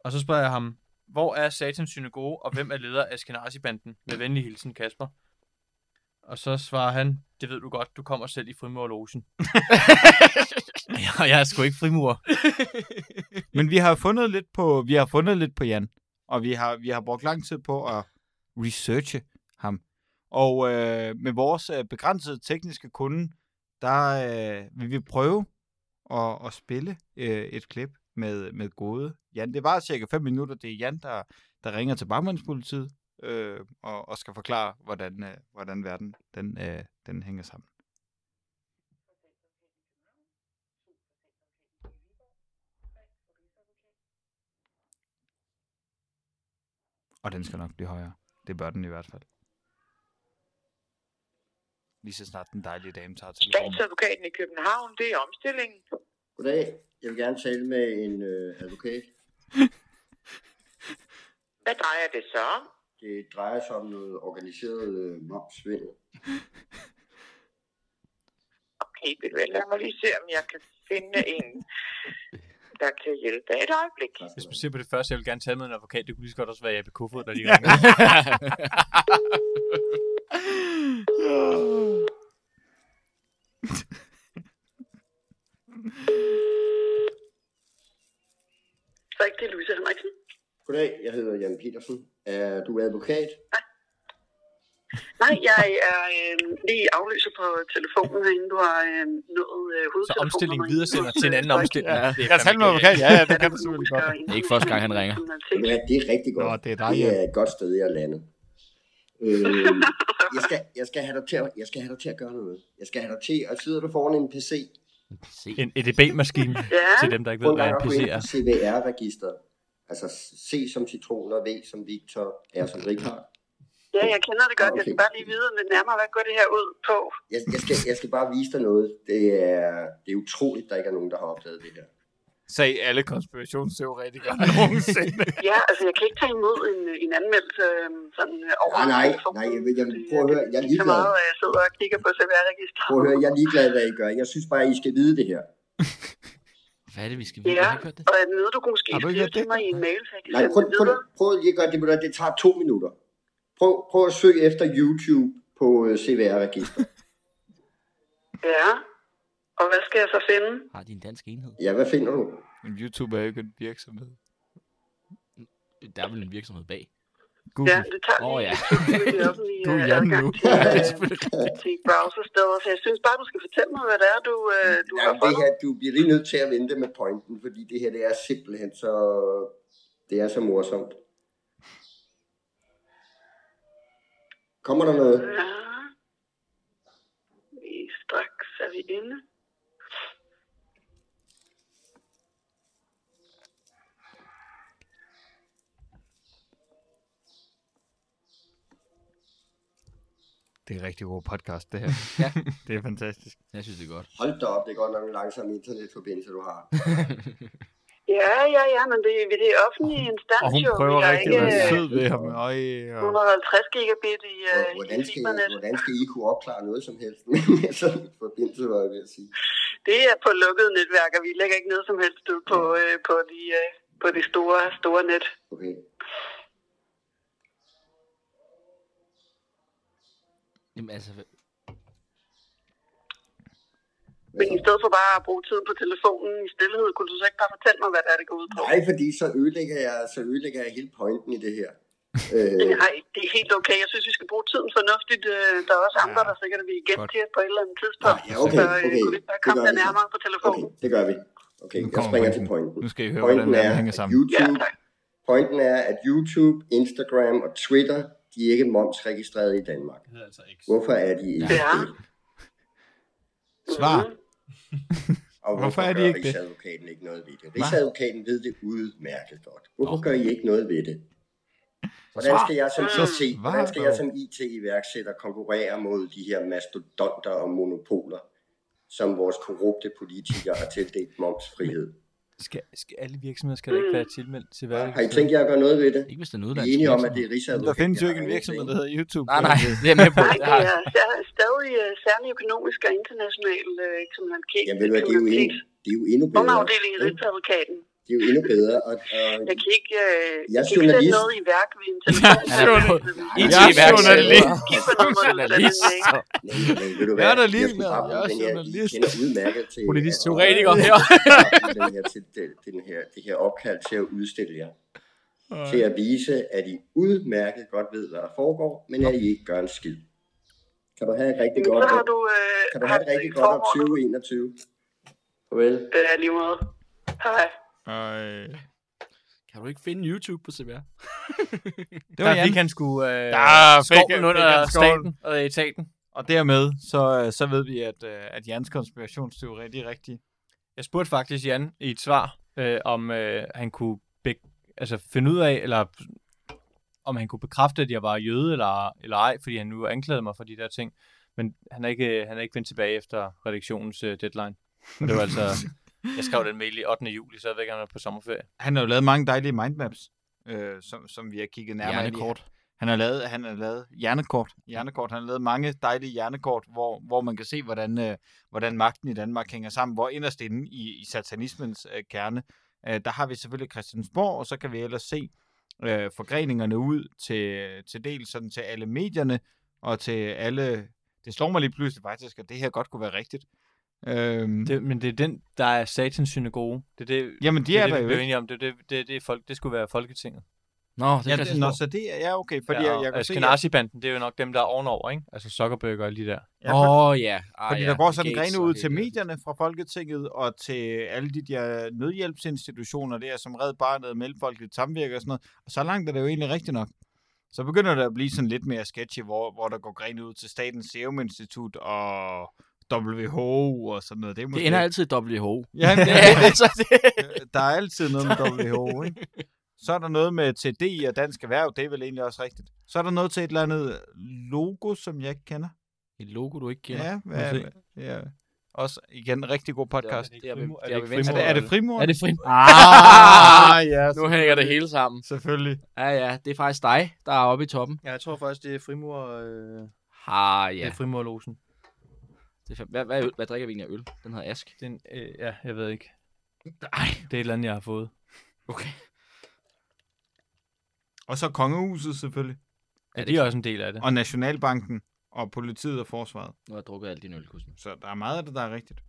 S4: Og så spørger jeg ham, hvor er Satans synagoge, og hvem er leder af Askenazi-banden? Med venlig hilsen, Kasper. Og så svarer han, det ved du godt, du kommer selv i frimurerlogen. jeg, jeg er sgu ikke frimurer.
S3: Men vi har fundet lidt på, vi har fundet lidt på Jan, og vi har, vi har brugt lang tid på at researche ham. Og øh, med vores øh, begrænsede tekniske kunde, der øh, vil vi prøve at, at spille øh, et klip med, med gode Jan. Det var cirka 5 minutter, det er Jan, der, der ringer til bagmandspolitiet øh, og, og skal forklare, hvordan, øh, hvordan verden den, øh, den hænger sammen. Og den skal nok blive højere. Det bør den i hvert fald. Lige så snart den dejlige dame tager telefonen.
S5: Statsadvokaten i København, det er omstillingen.
S6: Goddag. Jeg vil gerne tale med en øh, advokat.
S5: Hvad drejer det så om?
S6: Det drejer sig om noget organiseret øh, momsvindel.
S5: Okay, ved du hvad, lad mig lige se, om jeg kan finde en, der kan hjælpe. Et øjeblik.
S6: Tak skal
S4: Hvis
S6: du
S4: man
S6: have.
S4: ser på det første, jeg vil gerne tale med en advokat. Det kunne lige så godt også være Jeppe Kofod, der lige ringer.
S5: Så ikke det er Louise Henriksen.
S6: Goddag. Jeg hedder Jan Petersen. Er du advokat?
S5: Nej, jeg er øh, lige afløser på telefonen, inden du har øh, nået øh,
S4: Så
S5: hovedtelefonen.
S4: omstillingen videre sender til en anden omstilling.
S3: Ja,
S4: Det er
S3: jeg talte
S4: fandme
S3: med advokat. Ja, ja, det kan du selvfølgelig godt.
S5: Det
S2: er ikke første gang, han ringer.
S6: Ja, det er rigtig godt.
S3: Nå, det er dig,
S6: det
S3: Jan.
S6: er et godt sted, jeg er landet. Øh, jeg, skal, jeg, skal have dig til at, jeg skal have dig til at gøre noget. Jeg skal have dig til, og sidder du foran en PC,
S2: Se.
S4: En EDB-maskine
S5: Ja,
S4: til dem, der ikke ved,
S6: prøv
S4: hvad
S6: dig
S4: en
S6: at gå
S4: PC
S6: ind
S4: er.
S6: på CVR-register. Altså C som citron og V som Victor, R som Richard.
S5: ja, jeg kender det godt. Jeg skal
S6: Okay.
S5: bare lige vide lidt nærmere, hvad går det her ud på?
S6: Jeg, jeg, skal, jeg skal bare vise dig noget. Det er, det er utroligt, der ikke er nogen, der har opdaget det her.
S3: Sagde alle konspirationsteoretikere nogensinde.
S5: Ja, altså jeg kan ikke tage imod en, øh, en anmeldelse øh, sådan øh, over
S6: Ah, Nej, nej,
S5: telefonen.
S6: nej, jeg, vil- jeg,
S5: Det-
S6: prøv at høre, jeg er
S5: det så
S6: ligeglad.
S5: meget, at jeg sidder og kigger på CVR-registret.
S6: Prøv at høre, jeg er ligeglad, hvad I gør. Jeg synes bare, I skal vide det her.
S2: Hvad er det, vi skal vide?
S5: Ja,
S2: Jeg har ikke hørt det.
S5: og at noget, du kunne måske
S3: Har du ikke
S5: skrive
S3: hørt
S5: til
S3: det?
S5: mig i en mail, så jeg kan
S6: Nej,
S5: sende
S6: prøv,
S5: det
S6: prøv,
S5: videre.
S6: prøv lige at gøre det, ved du hvad, det tager to minutter. Prøv, prøv at søge efter YouTube på øh, CVR-register.
S5: Ja, og hvad skal jeg så finde?
S2: Har de en dansk enhed?
S6: Ja, hvad finder du?
S3: Men YouTube er jo ikke en virksomhed.
S2: Der er vel en virksomhed bag.
S3: Google.
S5: Ja, det tager
S2: Åh,
S5: lige
S2: ja.
S5: et stykke tid i det offentlige,
S3: God
S5: øh,
S3: Jan
S5: adgang
S3: nu.
S5: til,
S6: Ja, det er
S5: øh, til browsersteder, så jeg synes bare, du skal fortælle mig, hvad det er, du, øh, du
S6: Ja,
S5: har
S6: det
S5: fundet.
S6: her, du bliver lige nødt til at vente med pointen, fordi det her, det er simpelthen så... Det er så morsomt. Kommer der noget?
S5: Ja. Vi straks er vi inde.
S3: Det er rigtig god podcast, det her.
S2: Ja.
S3: det er fantastisk.
S2: Jeg synes, det er godt.
S6: Hold da op, det er godt nok en langsom internetforbindelse, du har.
S5: Ja, ja, ja, men det, det er offentlige instans,
S3: Og hun
S5: jo.
S3: prøver
S5: Vi har
S3: rigtig at
S5: ikke
S3: være
S5: øh,
S3: sød ved ham. Øj, og...
S5: 150 gigabit i, øh,
S6: Hvor-
S5: i
S6: Hvordan skal,
S5: fibernet.
S6: hvordan skal I kunne opklare noget som helst med sådan en forbindelse, var jeg ved at sige. Mm.
S5: Det er på lukkede netværker. Vi lægger ikke noget som helst ud på, øh, på de øh, på det store, store net.
S6: Okay.
S2: Jamen altså, hvad-
S5: Men i stedet for bare at bruge tiden på telefonen i stillhed, kunne du så ikke bare fortælle mig, hvad det er, det går ud på?
S6: Nej, fordi så ødelægger jeg, så ødelægger jeg hele pointen i det her. Øh,
S5: Nej, det er helt okay. Jeg synes, vi skal bruge tiden fornuftigt. Øh, Der er også andre, der sikkert vil igen
S3: Godt.
S5: til os på et eller andet tidspunkt.
S6: Ja, okay,
S5: så øh,
S6: okay.
S5: kunne vi ikke bare
S6: Det
S5: komme
S6: gør
S5: der
S6: vi så.
S5: nærmere på telefonen?
S6: okay, det gør vi. Okay,
S3: Nu
S6: jeg
S3: kommer
S6: springer til
S3: pointen.
S6: pointen.
S3: Nu skal I høre, hvordan
S6: Pointen
S3: det
S6: er,
S3: er, hænger
S6: at
S3: sammen.
S6: YouTube,
S5: Ja, tak.
S6: pointen er, at YouTube, Instagram og Twitter, de er ikke momsregistreret i Danmark.
S4: Det hedder altså X.
S6: Hvorfor er de ikke
S5: Ja.
S6: det?
S5: Mhm.
S3: Svar.
S6: Og hvorfor,
S3: Hvorfor er de
S6: gør
S3: ikke det?
S6: Rigsadvokaten ikke noget ved det? Rigsadvokaten ved det udmærket godt. Hvorfor gør I ikke noget ved det? Hvordan skal jeg som
S5: Så
S6: IT,
S3: svar
S6: hvordan skal jeg
S3: dog.
S6: som IT-iværksætter konkurrere mod de her mastodonter og monopoler, som vores korrupte politikere har tildelt momsfrihed?
S4: Skal, skal alle virksomheder skal da ikke være tilmeldt til hver
S6: Har I tænkt jer at gøre noget ved det?
S2: ikke hvis den er
S6: Vi
S2: udlandet.
S6: er enige om, at det er Rigsadvokaten.
S3: Der findes jo ikke en
S6: har
S3: virksomhed, der
S6: regnet
S3: hedder YouTube.
S2: Nej, nej, det er jeg med på.
S5: Nej,
S2: Det har
S5: det
S2: jeg.
S5: er sær- stadig øh, særlig økonomisk og international øh, kriminalitet.
S6: det. Jamen ved du hvad, det er jo endnu, det er jo endnu bedre.
S5: Underafdelingen i
S6: ikke?
S5: Rigsadvokaten.
S6: Det er jo endnu bedre. Og, og,
S5: Jeg kan ikke, øh,
S6: Jeg er
S5: jeg kan ikke sætte
S6: journalist.
S5: noget i værk ved en telefon.
S2: Han er på-
S3: Jeg er journalist.
S2: Journalist.
S6: nej, nej, ved du hvad,
S3: Jeg er da
S6: skulle
S3: ligeglad.
S6: bare bruge
S3: Jeg er
S6: den her- I
S3: journalist.
S6: kender udmærket til...
S4: Politisk
S6: at-
S2: teoretiker her.
S6: den her, til, den, den her, det her opkald til at udstille jer. Til at vise, at I udmærket godt ved, hvad der foregår, men at I ikke gør en skid. Kan du have et rigtig
S5: Jamen,
S6: godt,
S5: så har du... Øh,
S6: kan du have et rigtig godt op 2021? Farvel.
S5: Det er øh, lige måde. Hej.
S3: Øh,
S2: Kan du ikke finde YouTube på CBR?
S3: det var
S4: der
S3: Jan.
S4: fik han sgu øh,
S3: Der fik-
S4: skovlen
S3: fik
S4: under
S3: han skovlen.
S4: staten og etaten.
S3: Og dermed, så, øh, så ved vi, at, øh, at Jans konspirationsteori det er rigtig.
S4: Jeg spurgte faktisk Jan i et svar, øh, om øh, han kunne bek- altså finde ud af, eller om han kunne bekræfte, at jeg var jøde eller, eller ej, fordi han nu anklagede mig for de der ting. Men han er ikke, øh, han er ikke vendt tilbage efter redaktionens øh, deadline. Og det var altså... Jeg skrev den mail i 8. juli, så jeg ved ikke, om han er på sommerferie.
S3: Han har jo lavet mange dejlige mindmaps, øh, som, som vi har kigget nærmere ind i.
S2: Hjernekort.
S3: Han har lavet, han har lavet hjernekort. hjernekort. Han har lavet mange dejlige hjernekort, hvor, hvor man kan se, hvordan, øh, hvordan magten i Danmark hænger sammen. Hvor inderst inde i, i satanismens øh, kerne, øh, der har vi selvfølgelig Christiansborg, og så kan vi ellers se øh, forgreningerne ud til, til dels sådan til alle medierne og til alle... Det slår mig lige pludselig faktisk, at det her godt kunne være rigtigt. Øhm, det,
S4: Det, men det er den, der er satans synagoge. Det er det,
S3: jamen, de
S4: det,
S3: er,
S4: er
S3: der
S4: det,
S3: jo
S4: vi blev
S3: ikke.
S4: enige om. Det, det, det, det, er folk, det skulle være Folketinget.
S2: Nå, det
S3: Ja,
S2: er
S3: det, nå, så det er ja, okay, fordi
S4: ja,
S3: jeg, jeg kan se, at,
S4: Askenazi-banden, det er jo nok dem, der er ovenover, ikke? Altså Zuckerberg og lige der.
S3: ja,
S2: Åh, oh, ja. Ah,
S3: Fordi
S2: ja.
S3: der går sådan
S2: Gates
S3: grene
S2: og
S3: ud
S2: hele
S3: til
S2: det der.
S3: medierne fra Folketinget og til alle de der nødhjælpsinstitutioner der, som Red Barnet, Mellemfolkeligt Samvirke og sådan noget. Og så langt er det jo egentlig rigtigt nok. Så begynder det at blive sådan lidt mere sketchy, hvor, hvor der går grene ud til Statens Serum Institut og WHO og sådan noget. Det, er måske...
S2: Det ender altid i WHO.
S3: Ja, men det
S2: Ja,
S3: er, Øh,
S2: altså, det...
S3: der er altid noget med WHO, ikke? Så er der noget med TD og Dansk Erhverv, det er vel egentlig også rigtigt. Så er der noget til et eller andet logo, som jeg ikke kender.
S2: Et logo, du ikke kender.
S3: Ja,
S2: se.
S3: hvad, ja. Også igen, rigtig god podcast.
S2: Det er,
S4: Frimur-
S2: det er,
S4: ikke
S2: det
S3: Er
S2: er,
S4: frimur-
S3: det, er det frimor?
S2: er det fri?
S3: Ah, ja.
S2: Nu hænger det hele sammen.
S3: Selvfølgelig.
S2: Ja, ja, det er faktisk dig, der er oppe i toppen.
S4: Ja, jeg tror faktisk, det er frimur, øh,
S2: Ah,
S4: ja.
S2: ja.
S4: det er frimurlosen.
S2: Det er fem. Hvad, hvad, øl? hvad drikker vi egentlig af øl? Den hedder Ask.
S4: Den, øh, ja, jeg ved ikke.
S2: Nej.
S4: Det er et eller andet, jeg har fået.
S2: Okay.
S3: Og så kongehuset selvfølgelig.
S4: Ja,
S2: det
S4: de er også en del af det.
S3: Og Nationalbanken og politiet og forsvaret.
S2: Nu har jeg drukket alt din øl, Kusma.
S3: Så der er meget af det, der er rigtigt.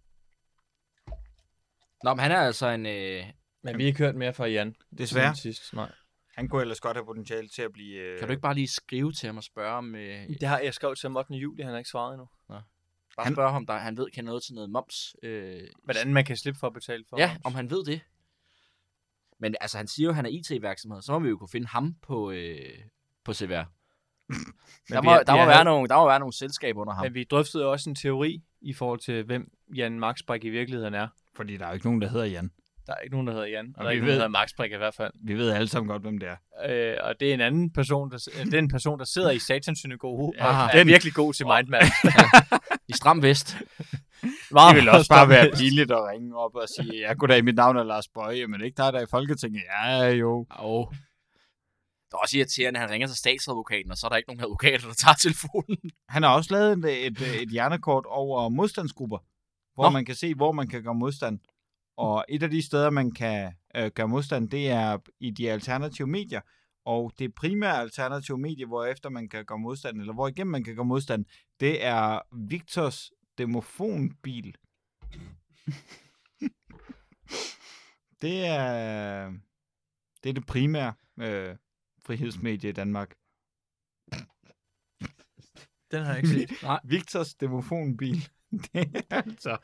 S2: Nå, men han er altså en... Øh...
S4: Men vi har ikke hørt mere fra Jan.
S3: Desværre.
S4: siden Sidst. Nej.
S3: Han kunne ellers godt have potentiale til at blive... Øh...
S2: Kan du ikke bare lige skrive til ham og spørge om... Øh...
S4: Det har jeg skrevet til ham 8. juli, han har ikke svaret endnu.
S2: Bare
S3: Han-
S2: spørge ham, der, han ved, kan noget til noget moms. Øh...
S4: Hvordan man kan slippe for at betale for
S2: Ja,
S4: moms.
S2: om han ved det. Men altså, han siger jo, at han er IT-virksomhed. Så må vi jo kunne finde ham på, øh... på CVR. der,
S4: vi
S2: må,
S4: er-
S2: der,
S4: vi
S2: må
S4: er-
S2: være nogle, der må være nogle selskaber under ham.
S4: Men vi drøftede også en teori i forhold til, hvem Jan Max Brink i virkeligheden er.
S3: Fordi der er jo ikke nogen, der hedder Jan.
S4: Der er ikke nogen, der hedder Jan, og,
S3: Og
S4: der er
S3: vi
S4: ikke
S3: ved-
S4: nogen, der hedder Max Brink i hvert fald.
S3: Vi ved alle sammen godt, hvem det er.
S4: Øh, og det er en anden person, der, s- øh, det er en person, der sidder i satans synagoge,
S2: Ja,
S4: ja, og
S2: den-
S4: er den. virkelig god til mindmap.
S2: I stram vest.
S3: Det ville også bare være pinligt at ringe op og sige, jeg kunne da i mit navn er Lars Bøje, men ikke dig der i Folketinget. Ja, jo.
S2: Oh. Det er også irriterende, at han ringer til statsadvokaten, og så er der ikke nogen advokater, der tager telefonen.
S3: Han har også lavet et, øh, et, et hjernekort over modstandsgrupper, hvor
S2: Nå.
S3: Nå. man kan se, hvor man kan gøre modstand. Og et af de steder, man kan øh, gør modstand, det er i de alternative medier. Og det primære alternative medie, hvor efter man kan gøre modstand, eller hvor igennem man kan gøre modstand, det er Victors demofonbil. det er øh, det, er det primære øh, frihedsmedie i Danmark.
S4: Den har jeg ikke set.
S3: Nej. Victors demofonbil. Det er altså,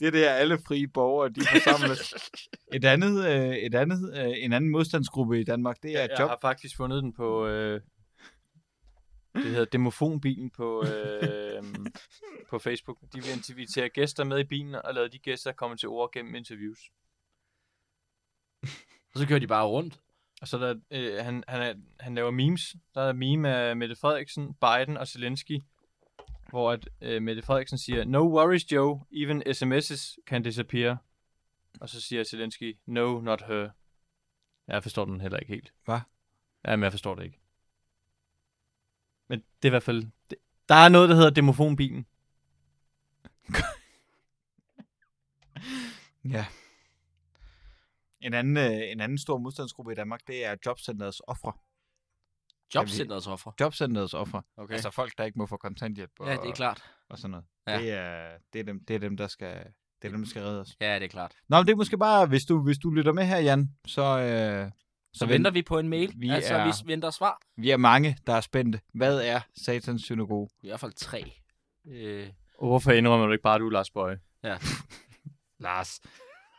S3: det er der alle frie borgere, de forsamles. Et andet, øh, et andet, øh, en anden modstandsgruppe i Danmark, det er
S4: Jeg, jeg
S3: job.
S4: har faktisk fundet den på... Øh, det hedder demofonbilen på, øh, på Facebook. De vil invitere gæster med i bilen, og lade de gæster komme til ord gennem interviews.
S2: Og så kører de bare rundt.
S4: Og så er der, øh, han, han, er, han laver memes. Der er meme af Mette Frederiksen, Biden og Zelensky, hvor at, øh, Mette Frederiksen siger, No worries, Joe. Even sms'es can disappear. Og så siger Zelensky, No, not her. Jeg forstår den heller ikke helt.
S3: Hvad?
S4: Ja, men jeg forstår det ikke. Men det er i hvert fald... Det, der er noget, der hedder demofonbilen.
S3: Ja. En anden, øh, en anden stor modstandsgruppe i Danmark, det er jobcenterets ofre.
S2: Jobcenterets offer.
S3: Jobcenterets ofre.
S2: Okay. Altså,
S3: Okay. Altså folk, der ikke må få kontanthjælp og,
S2: ja, det er klart.
S3: og sådan noget.
S2: Ja.
S3: Ja. Det, er, det, er dem, det er dem, der skal, det er dem, der skal redde os.
S2: Ja, det er klart.
S3: Nå, men det er måske bare, hvis du, hvis du lytter med her, Jan, så, øh,
S2: Så, så venter vi på en mail. Vi
S3: Vi
S2: altså,
S3: er-
S2: vi venter svar.
S3: vi er mange, der er spændte. Hvad er satans synagoge?
S2: I hvert fald tre. Øh,
S4: Og hvorfor indrømmer du ikke bare, at du er Lars Bøje?
S3: Lars,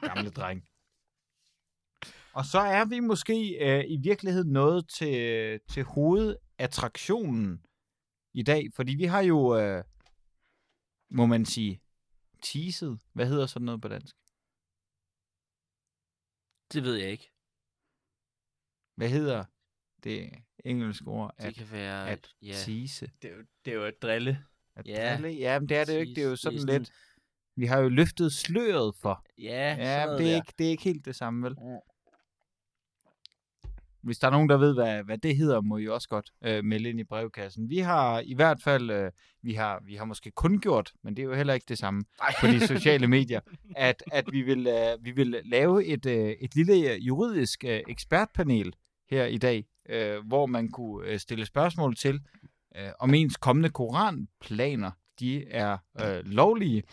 S3: gamle dreng. Og så er vi måske øh, i virkeligheden nået til, til hovedattraktionen i dag, fordi vi har jo, øh, må man sige, teaset. Hvad hedder sådan noget på dansk?
S2: det ved jeg ikke.
S3: Hvad hedder det engelske ord?
S2: Det
S3: At,
S2: kan være...
S3: at
S2: ja.
S3: tease.
S4: Det er, jo, det er jo et drille.
S3: At
S2: Ja.
S3: drille? ja, men det er det jo ikke. Det er jo
S2: Tease,
S3: sådan
S2: det er sådan-
S3: lidt... Vi har jo løftet sløret for,
S2: Ja, sådan
S3: Ja, men
S2: noget
S3: det er,
S2: der.
S3: ikke, det er ikke helt det samme, vel?
S2: Ja.
S3: Hvis der er nogen, der ved, hvad, hvad det hedder, må I også godt øh, melde ind i brevkassen. Vi har i hvert fald, øh, vi, har, vi har måske kun gjort, men det er jo heller ikke det samme
S2: Ej.
S3: på de sociale medier, at, at vi, vil, øh, vi vil lave et, øh, et lille juridisk øh, ekspertpanel her i dag, øh, hvor man kunne øh, stille spørgsmål til, øh, om ens kommende koranplaner, de er øh, lovlige.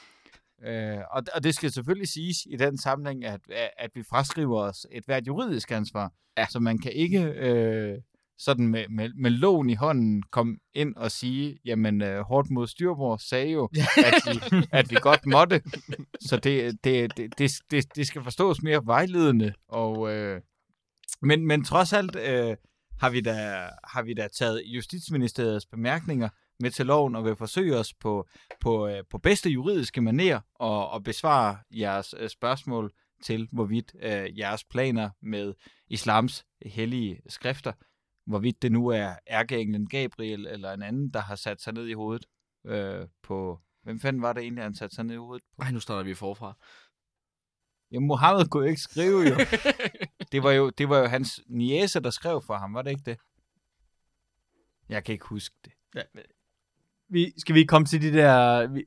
S3: Øh, og, og det skal selvfølgelig siges i den sammenhæng, at, at vi fraskriver os et hvert juridisk ansvar, ja. så man kan ikke øh, sådan med, med, med loven i hånden komme ind og sige, jamen øh, hårdt mod styrbord sagde jo, at vi, at vi godt måtte, så det, det, det, det, det, det skal forstås mere vejledende. Og, øh, men, men trods alt øh, har, vi da, har vi da taget Justitsministeriets bemærkninger med til loven og vil forsøge os på på, øh, på bedste juridiske maner og, og besvare jeres øh, spørgsmål til, hvorvidt øh, jeres planer med islams hellige skrifter, hvorvidt det nu er ærkeenglen Gabriel eller en anden, der har sat sig ned i hovedet øh, på... Hvem fanden var det egentlig, han satte sig ned i hovedet på?
S2: Ej, nu starter vi forfra.
S3: Ja, Mohammed kunne jo ikke skrive jo. det, var jo det var jo hans niece, der skrev for ham, var det ikke det? Jeg kan ikke huske det.
S4: Vi, skal vi ikke komme til de der... Vi,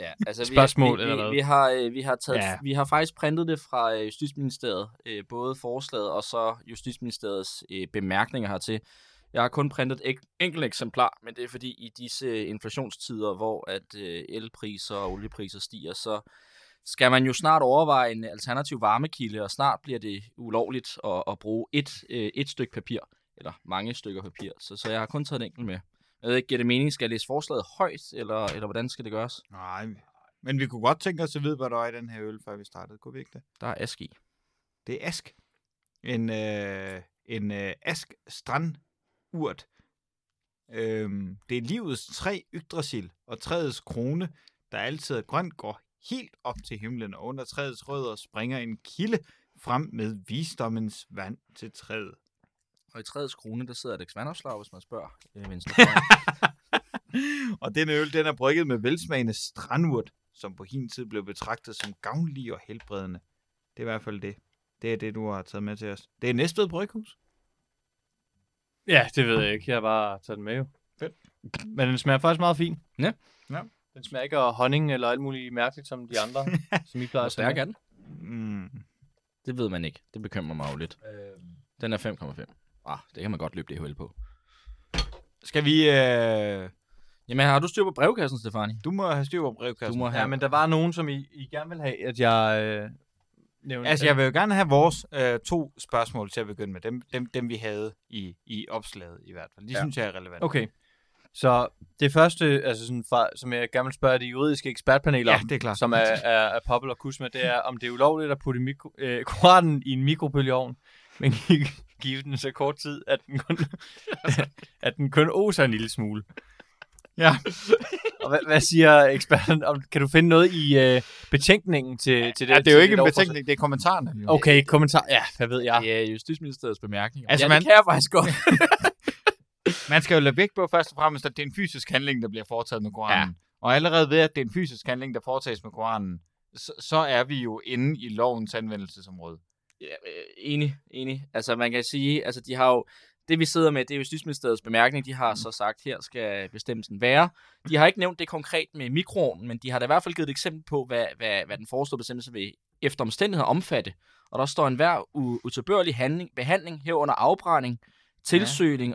S2: Ja, altså
S4: Spørgsmål,
S2: vi, vi,
S4: eller hvad?
S2: Vi, vi, har, øh, vi, har taget, ja.
S3: Ja.
S2: vi har faktisk printet det fra øh, Justitsministeriet, øh, både forslaget og så Justitsministeriets øh, bemærkninger hertil. Jeg har kun printet et enkelt eksemplar, men det er fordi i disse øh, inflationstider, hvor at øh, elpriser og oliepriser stiger, så skal man jo snart overveje en alternativ varmekilde, og snart bliver det ulovligt at, at bruge et, øh, et stykke papir, eller mange stykker papir. Så, så jeg har kun taget en enkelt med. Jeg ved ikke, giver det mening? Skal jeg læse forslaget højt, eller, eller hvordan skal det gøres?
S3: Nej, men vi kunne godt tænke os at vide, hvad der er i den her øl, før vi startede. Kunne vi ikke det?
S2: Der er ask i.
S3: Det er ask. En, øh, en øh, ask strandurt. Øhm, det er livets træ yggdrasil, og træets krone, der altid er grønt, går helt op til himlen, og under træets rødder springer en kilde frem med visdommens vand til træet.
S2: Og i træets krone, der sidder Alex Vandopslag, hvis man spørger øh, venstre.
S3: og denne øl, den er brygget med velsmagende strandurt, som på hin tid blev betragtet som gavnlig og helbredende. Det er i hvert fald det. Det er det, du har taget med til os. Det er Næstved Bryghus.
S4: Ja, det ved jeg ikke. Jeg har bare taget den med jo.
S3: Fedt.
S4: Men den smager faktisk meget fint.
S2: Ja.
S3: Ja.
S4: Den smager ikke af honning eller alt muligt mærkeligt som de andre, som I plejer
S2: Hvor
S4: at
S2: stærk
S4: smage.
S2: er den?
S3: Mm.
S2: Det ved man ikke. Det bekymrer mig jo lidt. Den er 5,5. Ah, det kan man godt løbe DHL på.
S3: Skal vi... Øh...
S2: Jamen, har du styr på brevkassen, Stefani?
S3: Du må have styr på brevkassen.
S2: Du må
S4: Ja,
S2: have...
S4: men der var nogen, som I, I gerne ville have, at jeg øh, nævnte.
S3: Altså, jeg vil jo gerne have vores øh, to spørgsmål til at begynde med. Dem, dem, dem vi havde i, i opslaget i hvert fald. De ja. synes jeg er relevant.
S4: Okay. Så det første, altså sådan fra, som jeg gerne vil spørge de juridiske ekspertpaneler,
S3: Ja,
S4: om,
S3: det er klart.
S4: som er, er, er Poppel og Kusma, det er, om det er ulovligt at putte mikro, øh, koranen i en mikrobølgeovn, men give den så kort tid, at den kun, at den kun oser en lille smule.
S3: Ja.
S4: Og hvad, hvad siger eksperten? Om, kan du finde noget i øh, betænkningen til, til det?
S3: Ja, det er jo
S4: til
S3: ikke en
S4: lovforslag?
S3: betænkning, det er kommentarerne. Jo.
S4: Okay, kommentar. Ja, hvad ved jeg?
S2: Ja, Justitsministeriets bemærkninger.
S3: Altså,
S2: ja,
S3: man-
S2: det kan jeg faktisk godt.
S3: Man skal jo lade vægt på først og fremmest, at det er en fysisk handling, der bliver foretaget med Koranen. Ja. Og allerede ved, at det er en fysisk handling, der foretages med Koranen, så, så er vi jo inde i lovens anvendelsesområde.
S2: Ja, øh, enig, enig. Altså, man kan sige, altså, de har jo, det vi sidder med, det er Justitsministeriets bemærkning, de
S4: Mm.
S2: har så sagt, her skal bestemmelsen være. De har ikke nævnt det konkret med mikroovnen, men de har da i hvert fald givet et eksempel på, hvad, hvad, hvad den foreslåede bestemmelse vil efter omstændigheder omfatte. Og der står enhver u- utilbørlig handling, behandling herunder afbrænding, tilsøgning,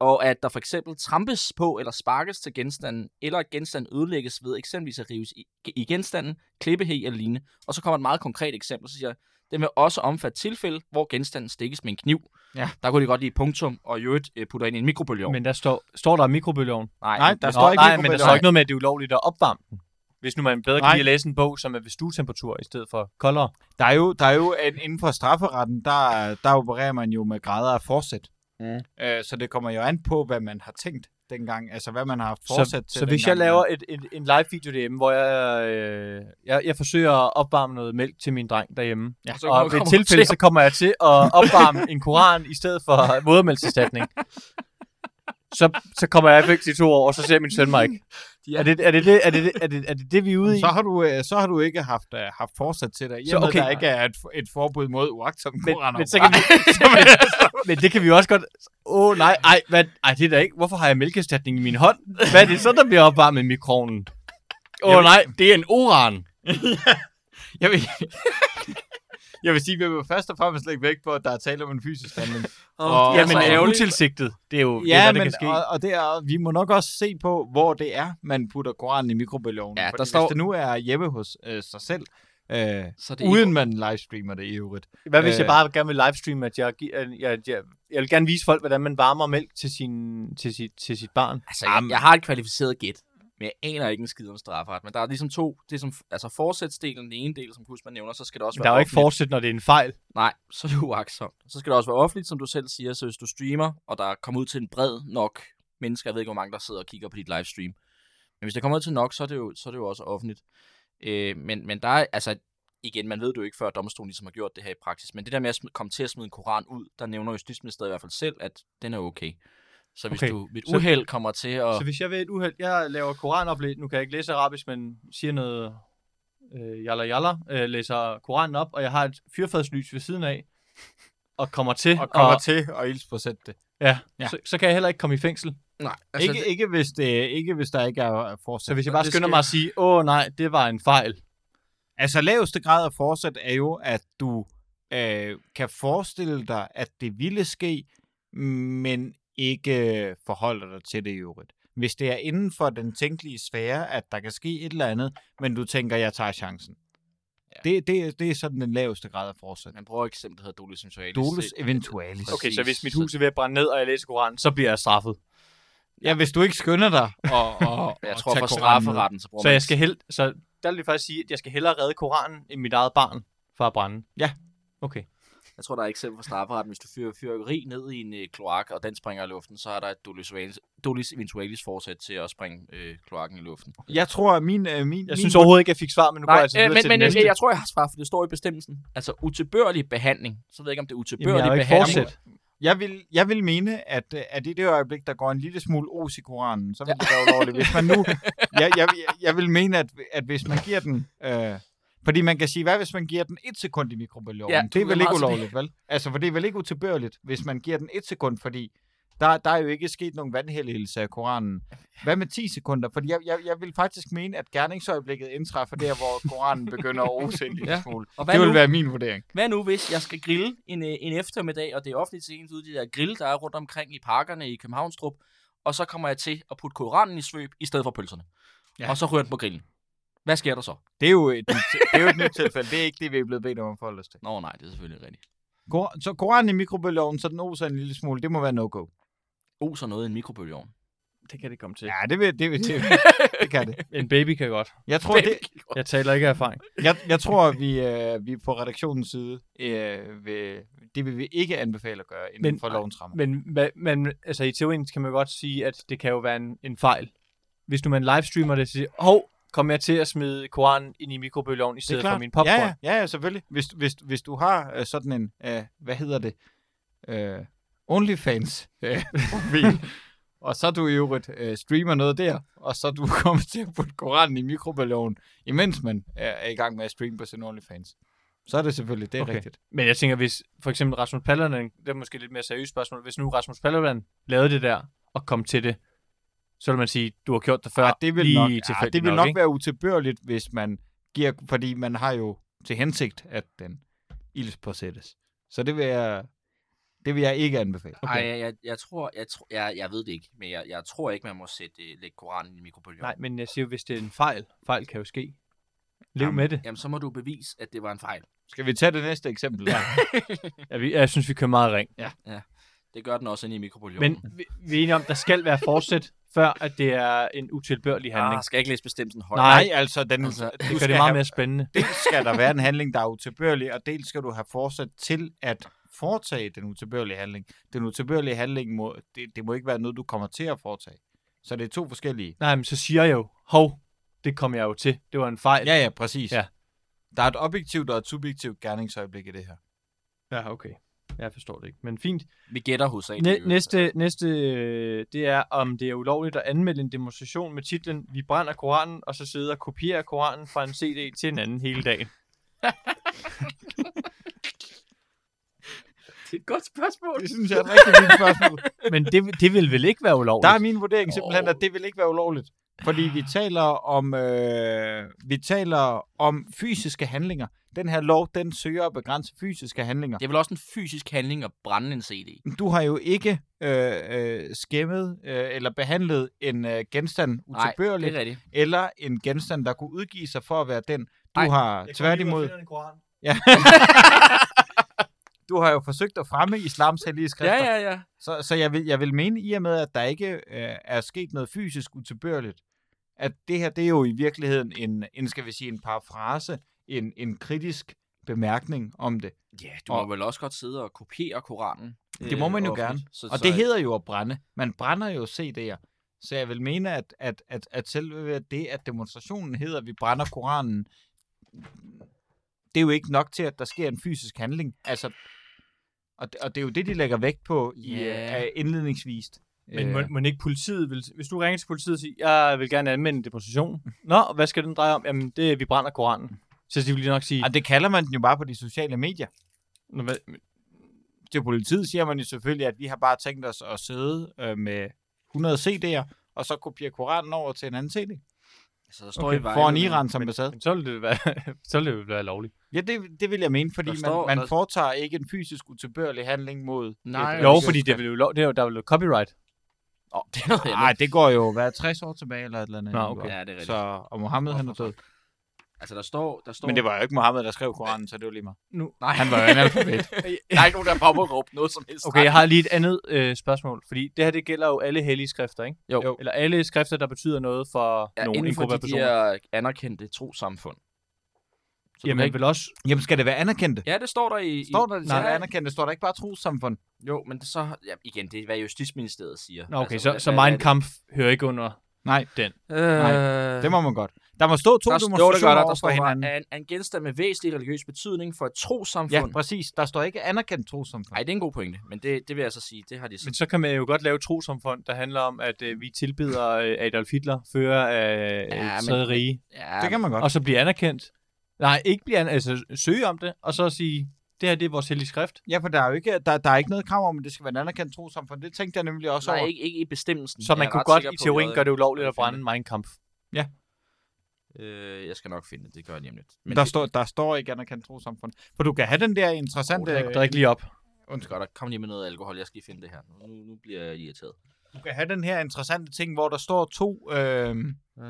S2: og at der for eksempel trampes på eller sparkes til genstanden, eller at genstanden ødelægges ved eksempelvis at rives i, i genstanden, klippe helt eller lignende. Og så kommer et meget konkret eksempel, så siger jeg, den vil også omfatte tilfælde, hvor genstanden stikkes med en kniv.
S3: Ja.
S2: Der kunne de godt lide punktum, og i øvrigt øh, putter ind i en mikrobølgeovn.
S4: Men der står, står der mikrobølgeovn?
S3: Nej, der
S2: men-
S3: står ikke
S4: nej, men der
S3: mikrobølgeovn.
S4: står ikke noget med, at det er ulovligt at opvarme den. Hvis nu man bedre kan
S3: Nej.
S4: lide at læse en bog, som er ved stuetemperatur, i stedet for koldere.
S3: Der er jo, der er jo en, inden for strafferetten, der, der opererer man jo med grader af forsæt.
S2: Mm.
S3: Øh, så det kommer jo an på, hvad man har tænkt dengang. Altså, hvad man har haft
S4: Så,
S3: forsæt
S4: så,
S3: til
S4: så hvis jeg
S3: dengang.
S4: laver et, et, en live video derhjemme, hvor jeg, øh, jeg, jeg forsøger at opvarme noget mælk til min dreng derhjemme,
S2: Ja, så
S4: og ved
S2: kommer
S4: et
S2: du
S4: tilfælde,
S2: til-
S4: så kommer jeg til at opvarme en koran i stedet for modermælkserstatning. Så, så kommer jeg i fængsel i to år, og så ser min søn mig ikke. Er det er det, det, er det, det, er det, er det, det vi er ude i?
S3: så har du, øh, så har du ikke haft, øh, haft forsæt til dig. I
S4: Så
S3: og med,
S4: okay.
S3: der ikke er et, et forbud mod uagtsom
S4: men,
S3: koraner.
S4: men, så kan vi, men, men det kan vi også godt... Åh oh, nej, ej, hvad, ej, det er da ikke... Hvorfor har jeg mælkestatning i min hånd? Hvad er det så, der bliver opvarmet i mikroovnen? Åh oh, nej, det er en oran.
S3: Jeg vil, jeg vil sige, at vi vil først og fremmest lægge vægt på, at der er tale om en fysisk handling.
S2: Åh,
S4: Oh,
S2: det
S4: ja,
S2: er så
S4: men er
S2: ærgerligt.
S4: utilsigtet. Det er jo det, er,
S3: ja,
S4: hvad der
S3: men,
S4: kan ske.
S3: og, og det er, vi må nok også se på, hvor det er, man putter koranen i mikrobølgeovnen.
S2: Ja,
S3: Fordi
S2: der står-
S3: Hvis det nu er hjemme hos øh, sig selv, øh,
S2: Så er det
S3: uden man livestreamer det i øvrigt.
S4: Hvad hvis jeg
S3: Øh.
S4: bare gerne vil livestreame, at jeg, gi- at jeg, at jeg, jeg vil gerne vise folk, hvordan man varmer mælk til, sin, til, sit, til sit barn.
S2: Altså, jeg, jeg har et kvalificeret gæt, men jeg aner ikke en skid om strafferet. Men der er ligesom to, det er som, altså forsætsdelen, den ene del, som Kusman nævner, så skal det også
S4: Men
S2: være
S4: der er jo ikke
S2: offentligt.
S4: fortsæt, når det er en fejl.
S2: Nej, så er det uaksomt. Så skal det også være offentligt, som du selv siger, så hvis du streamer, og der kommer ud til en bred nok mennesker, jeg ved ikke, hvor mange der sidder og kigger på dit livestream. Men hvis det kommer ud til nok, så er det jo, så er det jo også offentligt. Øh, men, men der er, altså, igen, man ved det jo ikke, før domstolen ligesom har gjort det her i praksis, men det der med at sm- komme til at smide en koran ud, der nævner Justitsministeriet i hvert fald selv, at den er okay. Så hvis
S4: Okay,
S2: okay. du ved et
S4: så-
S2: uheld kommer til at...
S4: Så hvis jeg ved et uheld, jeg laver koranoplæsning, nu kan jeg ikke læse arabisk, men siger noget øh, jalla jalla, øh, læser koranen op, og jeg har et fyrfadslys ved siden af, og kommer til,
S3: Og kommer og, til at ildsprocent det.
S4: ja,
S3: Ja.
S4: ja. Så, så kan jeg heller ikke komme i fængsel.
S2: Nej,
S3: Altså, ikke, ikke, hvis det, ikke hvis der ikke er forsæt.
S4: Så hvis jeg bare
S2: det
S4: skynder
S2: skal-
S4: mig at sige, åh nej, det var en fejl.
S3: Altså laveste grad af forsæt er jo, at du øh, kan forestille dig, at det ville ske, men ikke forholder dig til det i øvrigt. Hvis det er inden for den tænkelige sfære, at der kan ske et eller andet, men du tænker, jeg tager chancen. Ja. Det, det, det er sådan den laveste grad af forsæt.
S2: man bruger et eksempel, der hedder dolus eventualis.
S3: Dolus eventualis.
S2: Okay, så hvis mit hus
S4: er ved at brænde ned, og jeg læser koranen, så bliver jeg straffet.
S3: Ja, hvis du ikke skynder dig.
S2: Og, og, jeg
S3: og
S2: tror,
S3: tage
S2: for
S3: Koranen med.
S2: strafferetten, så bruger
S4: Så
S2: man
S4: jeg skal held, så der vil jeg faktisk sige, at jeg skal hellere redde koranen, end mit eget barn fra at brænde.
S3: Ja.
S4: Okay.
S2: Jeg tror, der er et eksempel fra strafferetten. Hvis du fyrer fyrværkeri ned i en øh, kloak, og den springer i luften, så er der et dolus eventualis- dolus eventualis forsæt til at springe øh, kloakken i luften.
S3: Jeg tror, at min... Øh, min
S4: Jeg
S3: min
S4: synes overhovedet ikke, jeg fik svar, men nu går jeg altså videre
S2: øh, men,
S4: til
S2: men
S4: den næste.
S2: jeg, jeg tror, jeg har svar, for det står i bestemmelsen. Altså utilbørlig behandling. Så ved jeg ikke, om det er
S4: Jamen,
S2: utilbørlig
S4: jeg har jo ikke
S2: behandling.
S4: fortsæt.
S3: Jeg vil, jeg vil mene, at, øh, at i det øjeblik, der går en lille smule os i Koranen, så vil det være ulovligt. Hvis man nu, jeg, jeg, jeg vil mene, at, at hvis man giver den... Øh, fordi man kan sige, hvad hvis man giver den et sekund i mikrobølgeovnen?
S2: Ja,
S3: det
S2: du
S3: er
S2: er
S3: vel ikke
S2: meget
S3: ulovligt, vel? Altså, for det er vel ikke utilbørligt, hvis man giver den et sekund, fordi Der, der er jo ikke sket nogen vandhældelse af Koranen. Hvad med 10 sekunder? Fordi jeg, jeg, jeg vil faktisk mene, at gerningsøjeblikket indtræffer der, hvor Koranen begynder at overse en lille
S2: Ja.
S3: ja. smule.
S2: Og hvad
S3: Det
S2: nu?
S3: vil være min vurdering.
S2: Hvad nu, hvis jeg skal grille en, øh, en eftermiddag, og det er offentligt til ens ude i de der grill, der er rundt omkring i parkerne i Københavnstrup, og så kommer jeg til at putte koranen i svøb i stedet for pølserne. Ja.
S3: Ja.
S2: Og så rører den på grillen. Hvad sker der så?
S3: Det er jo et, nyt- det er jo et nyt tilfælde. Det er ikke det, vi er blevet bedt om at forholde os til.
S2: Nå nej, det er selvfølgelig rigtigt.
S3: Kor- Så Koranen i mikrobølgeovnen, så den oser en lille smule. Det må være no-go.
S2: Oser noget i en mikrobølgeovn.
S4: Det kan det komme til. Ja.
S3: Ja, det vil det. Vil, det, vil. det kan det.
S4: En baby kan godt.
S3: Jeg tror, det,
S4: Jeg taler ikke af erfaring.
S3: jeg, jeg tror vi, øh, vi er på redaktionens side. Øh, vil, det vil vi ikke anbefale at gøre inden
S4: Men-
S3: for lovens rammer.
S4: Men, hvad- men altså, i teorien kan man godt sige, at det kan jo være en, en fejl. Hvis nu man livestreamer det, så siger hov, kom jeg til at smide koranen ind i mikrobølgeovnen i stedet for min popcorn?
S3: Ja, ja, ja selvfølgelig. Hvis, hvis, hvis du har øh, sådan en, øh, hvad hedder det, øh, OnlyFans øh, profil, og så du i øvrigt øh, streamer noget der, og så du kommer til at putte Koranen i mikrobølgeovnen, imens man er, er i gang med at streame på sin OnlyFans. Så er det selvfølgelig, det er
S4: Okay.
S3: okay. rigtigt.
S4: Men jeg tænker, hvis for eksempel Rasmus Paludan, det er måske et lidt mere seriøst spørgsmål, hvis nu Rasmus Paludan lavede det der og kom til det, så vil man sige, du har gjort det før.
S3: Ja, Ah, det vil
S4: lige
S3: nok, ja,
S4: tilfældigt
S3: det vil
S4: nok,
S3: nok
S4: ikke?
S3: være utilbørligt, hvis man giver, fordi man har jo til hensigt, at den ildspåsættes. Så det vil jeg, det vil jeg ikke anbefale.
S2: Okay. Ej, jeg, jeg, jeg tror, jeg, tror jeg, jeg ved det ikke, men jeg, jeg tror ikke, man må sætte, øh, lægge koranen i mikrobølgeovnen.
S4: Nej, men jeg siger jo, hvis det er en fejl, fejl kan jo ske. Lev
S3: Jamen,
S4: med det.
S2: Jamen, så må du bevise, at det var en fejl.
S3: Skal vi tage det næste eksempel?
S4: Jeg, jeg synes, vi kører meget ring.
S2: Det gør den også inde i mikrobølgeovnen.
S4: Men vi, vi er enige om, der skal være forsæt, før at det er en utilbørlig handling.
S2: Ah, skal jeg ikke læse bestemmelsen højt?
S4: Nej.
S3: Nej, altså, den,
S2: Altså,
S3: altså,
S2: det
S4: det gør det meget mere spændende.
S3: Dels skal der være en handling, der er utilbørlig, og dels skal du have fortsat til at foretage den utilbørlige handling. Den utilbørlige handling, må, det, det må ikke være noget, du kommer til at foretage. Så det er to forskellige.
S4: Nej, men så siger jeg jo, hov, det kom jeg jo til. Det var en fejl.
S3: Ja, ja, præcis.
S4: Ja.
S3: Der er et objektivt og et subjektivt gerningsøjeblik i det her.
S4: ja okay. Jeg forstår det ikke, men fint.
S2: Vi gætter hos en.
S4: Næ- næste, næste øh, det er, om det er ulovligt at anmelde en demonstration med titlen Vi brænder Koranen, og så sidder og kopierer Koranen fra en CD til en anden hele dagen.
S2: Det er et godt spørgsmål.
S3: Det synes jeg er et rigtig vildt spørgsmål.
S4: Men det, det vil vel ikke være ulovligt?
S3: Der er min vurdering
S2: Åh.
S3: simpelthen, at det vil ikke være ulovligt. Fordi vi taler om øh, vi taler om fysiske handlinger. Den her lov, den søger at begrænse fysiske handlinger.
S2: Det er vel også en fysisk handling at brænde en CD.
S3: du har jo ikke øh, øh, skæmmet øh, eller behandlet en øh, genstand
S2: Nej, det
S3: utilbørligt,
S2: er rigtigt.
S3: eller en genstand, der kunne udgive sig for at være den. Du
S2: Nej.
S3: Nej, har tværtimod, du har jo forsøgt at fremme islams hellige skrifter.
S2: Ja, ja, ja.
S3: Så, så jeg, vil, jeg vil mene i og med, at der ikke øh, er sket noget fysisk utilbørligt, at det her, det er jo i virkeligheden en, en skal vi sige, en parafrase, en, en kritisk bemærkning om det.
S2: Ja, du må
S3: Og-
S2: vel også godt sidde og kopiere Koranen. øh,
S3: Det må man jo
S2: offentligt.
S3: gerne.
S2: Så,
S3: Og det hedder jo at brænde. Man brænder jo CD'er. Så jeg vil mene, at, at, at, at selve det, at demonstrationen hedder, at vi brænder Koranen, det er jo ikke nok til, at der sker en fysisk handling. Altså, og, det- og det er jo det, de lægger vægt på i,
S2: Ja.
S3: yeah. uh, indledningsvist.
S4: Men
S3: Øh,
S4: må, må ikke politiet, vil, hvis du ringer til politiet og siger, jeg vil gerne anmelde en demonstration.
S2: Mm.
S4: Nå, og hvad skal den dreje om? Jamen, det er, vi brænder Koranen. Så de vil lige nok sige,
S3: og det kalder man den jo bare på de sociale medier.
S4: "Nå, hvad,
S3: Til politiet siger man jo selvfølgelig, at vi har bare tænkt os at sidde øh, med 100 CD'er, og så kopiere Koranen over til en anden CD.
S2: Så der står
S3: Okay.
S2: i vejen,
S3: Foran Irans ambassade.
S4: men så vil det være, så vil det være lovligt.
S3: Ja, det, det vil jeg mene, fordi
S2: Der
S3: man,
S2: står-
S3: man
S2: der-
S3: foretager ikke en fysisk utilbørlig handling mod...
S2: Nej,
S3: et-
S4: Jo,
S2: det er
S4: fordi det vil jo lov, det er jo, der vil jo copyright.
S2: Åh, det er noget
S3: Nej,
S2: andet.
S3: det går jo hvad, 60 år tilbage eller et eller andet.
S4: Nå,
S3: Det
S4: okay.
S3: går.
S2: Ja, det er rigtigt. Så...
S3: Så, og Mohammed, han er død.
S2: Altså, der står... Der står
S3: Men det var jo ikke Mohammed, der skrev Koranen, så det var lige mig.
S2: Nej,
S3: Han var jo analfabet.
S2: der er ikke nogen, der popper og råber noget som helst.
S4: Okay, jeg har lige et andet øh, spørgsmål, fordi det her, det gælder jo alle hellige skrifter, ikke?
S2: Jo. jo.
S4: Eller alle skrifter, der betyder noget for
S2: Ja,
S4: ja, nogen,
S2: inden
S4: en
S2: for
S4: gruppe af
S2: de
S4: personer.
S2: der anerkendte trosamfund. Så du kan
S4: Jamen,
S2: ikke...
S4: ikke... vel også...
S3: Jamen, skal det være anerkendte?
S2: Ja, det står der i... i-
S3: Står der, det skal
S2: Nej.
S3: være anerkendte? Står der ikke bare trossamfund?
S2: Jo, men det så... Ja, igen, det er, hvad Justitsministeriet siger.
S4: Nå, okay,
S2: Altså,
S4: så,
S2: hvad-
S4: så
S2: hvad er
S4: Mein
S2: det?
S4: Kampf hører ikke under.
S3: Nej,
S2: Øh...
S3: Nej, det må man godt. Der må stå to
S2: der, jo, det gør
S3: demonstrationer
S2: der,
S3: over
S2: der
S3: for
S2: står
S3: hinanden.
S2: bare, er en, er en genstand med væsentlig religiøs betydning for et
S3: Ja,
S2: trosamfund.
S3: præcis. Der står ikke anerkendt trossamfund.
S2: Nej, det er en god pointe, men det, det vil jeg så sige, det har de så.
S4: Men så kan man jo godt lave trosomfond, der handler om, at øh, vi tilbeder øh, Adolf Hitler, fører af
S2: Ja,
S4: ja,
S2: men-
S4: et tredje rige,
S2: Ja,
S3: Det kan man godt.
S4: og så blive anerkendt. Nej, ikke blive anerkendt, altså søge om det, og så sige, Det her, det er vores hellige skrift.
S3: Ja, for der er jo ikke, der, der er ikke noget krav om, at det skal være en anerkendt trossamfund. Det tænkte jeg nemlig også
S2: Nej,
S3: over.
S2: ikke, ikke i bestemmelsen.
S4: Så
S2: Jeg
S4: man
S2: er
S4: kunne
S2: ret
S4: godt
S2: sikker
S4: i
S2: på,
S4: teorien
S2: jeg-
S4: gøre det ulovligt at
S2: jeg
S4: brænde
S2: finder
S4: Mein Kampf.
S2: det. Øh, jeg skal nok finde det. Det gør jeg lige om lidt.
S3: Men der, står, der står ikke anerkendt trossamfund. For du kan have den der interessante...
S4: Drik, drik lige op.
S2: Undskyld, godt, der kom lige med noget alkohol. Jeg skal lige finde det her. Nu, nu bliver jeg irriteret.
S3: du kan have den her interessante ting, hvor der står to, øh,
S2: Uh,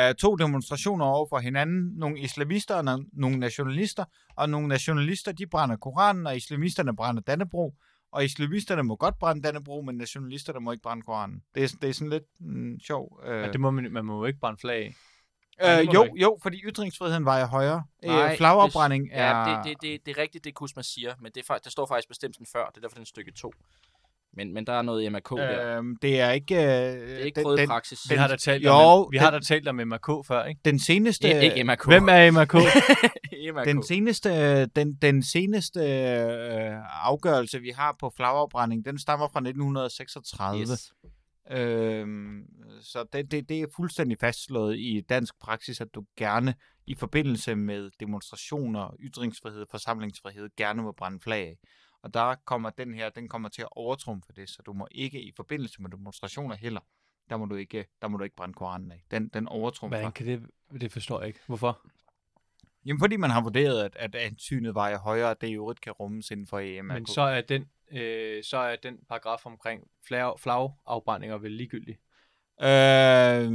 S3: øh, to demonstrationer over for hinanden. Nogle islamister og no- nogle nationalister. Og nogle nationalister, de brænder Koranen, og islamisterne brænder Dannebro. Og islamisterne må godt brænde Dannebro, men nationalisterne må ikke brænde Koranen. Det er, det er sådan lidt mm, sjov... Øh.
S4: Ja, det må man, man må jo ikke brænde flag af. Nej, det
S3: Øh,
S4: må
S3: jo,
S4: du
S3: jo, fordi ytringsfriheden vejer højere.
S2: Nej,
S3: øh, flagafbrænding
S2: det,
S3: er...
S2: Ja, det, det, det, det er rigtigt, det Kusma siger, men det, er, fakt- der står faktisk bestemmelsen før. Det er derfor, den er stykke 2. Men, men der er noget MRK øh, der. Det
S3: Øhm, det er ikke... Øh, det
S2: er ikke prøvet i praksis.
S4: Vi har da talt,
S3: Jo,
S4: om, vi har da
S3: den-
S4: talt om MRK før, ikke?
S3: den seneste...
S2: det er ikke MRK.
S4: Hvem er MRK?
S2: MRK?
S3: den seneste, den, den seneste øh, afgørelse, vi har på flagafbrænding, den stammer fra 1936.
S2: yes.
S3: Øhm, så det, det, det er fuldstændig fastslået i dansk praksis, at du gerne i forbindelse med demonstrationer, ytringsfrihed, forsamlingsfrihed, gerne må brænde flag af. Og der kommer den her, den kommer til at overtrumfe det, så du må ikke i forbindelse med demonstrationer heller, der må du ikke, der må du ikke brænde koranen af. Den, den overtrumfer.
S4: Hvordan kan det... Det forstår jeg ikke. Hvorfor?
S3: Jamen fordi man har vurderet, at, at ansynet vejer højere, og det i øvrigt kan rummes inden for EM.
S4: Men så er den, øh, så er den paragraf omkring flag, flagafbrændinger vel ligegyldig.
S3: Øh,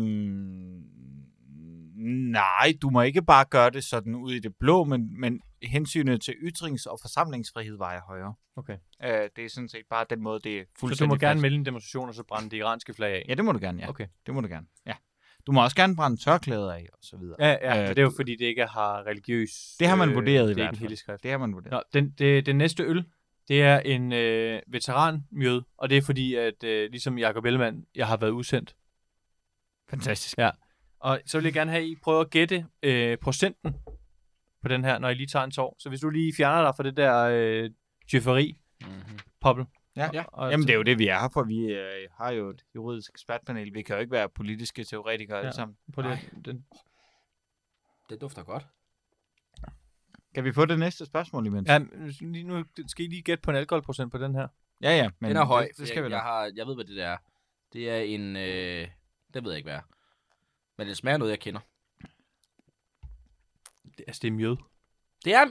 S3: nej, du må ikke bare gøre det sådan ud i det blå, men, men hensynet til ytrings- og forsamlingsfrihed vejer højere.
S4: Okay.
S3: Øh, det er sådan set bare den måde, det er
S4: Så du
S3: fuldstændig
S4: må gerne
S3: fast.
S4: melde en demonstration, og så brænde det iranske flag af.
S3: Ja, det må du gerne, ja.
S4: Okay.
S3: Det må du gerne, ja. Du må også gerne brænde tørklæder af, og så videre.
S4: Ja, ja,
S3: Øh,
S4: det er jo fordi, det ikke har religiøs... øh,
S3: Det har man vurderet i
S4: det er
S3: hvert
S4: ikke en
S3: fald.
S4: hellig skrift.
S3: Det har man vurderet.
S4: Nå, den, det, den næste øl, det er en øh, veteranmjød, og det er fordi, at øh, ligesom Jacob Ellemann, jeg har været udsendt.
S3: Fantastisk.
S4: Og så vil jeg gerne have, at I prøver at gætte øh, procenten på den her, når I lige tager en tår. Så hvis du lige fjerner dig fra det der øh, djøfferi,
S2: Mm-hmm.
S4: poppel.
S3: Ja.
S2: Ja.
S4: og,
S3: Jamen, det er jo det, vi er her for. Vi øh, har jo et juridisk ekspertpanel. Vi kan jo ikke være politiske teoretikere ja. alle
S4: Ja.
S3: sammen.
S4: På det, den,
S2: Det dufter godt.
S3: Kan vi få det næste spørgsmål imens?
S4: ja, men lige nu skal I lige gætte på en alkoholprocent på den her.
S3: ja. ja
S2: Men den er høj.
S3: Det, det skal
S2: jeg,
S3: vi
S2: jeg,
S3: da.
S2: har, jeg ved, hvad det der er. Det er en... Øh, det ved jeg ikke, hvad er. Men det smager noget, jeg kender.
S4: Det, altså, det er mjød.
S2: Det er...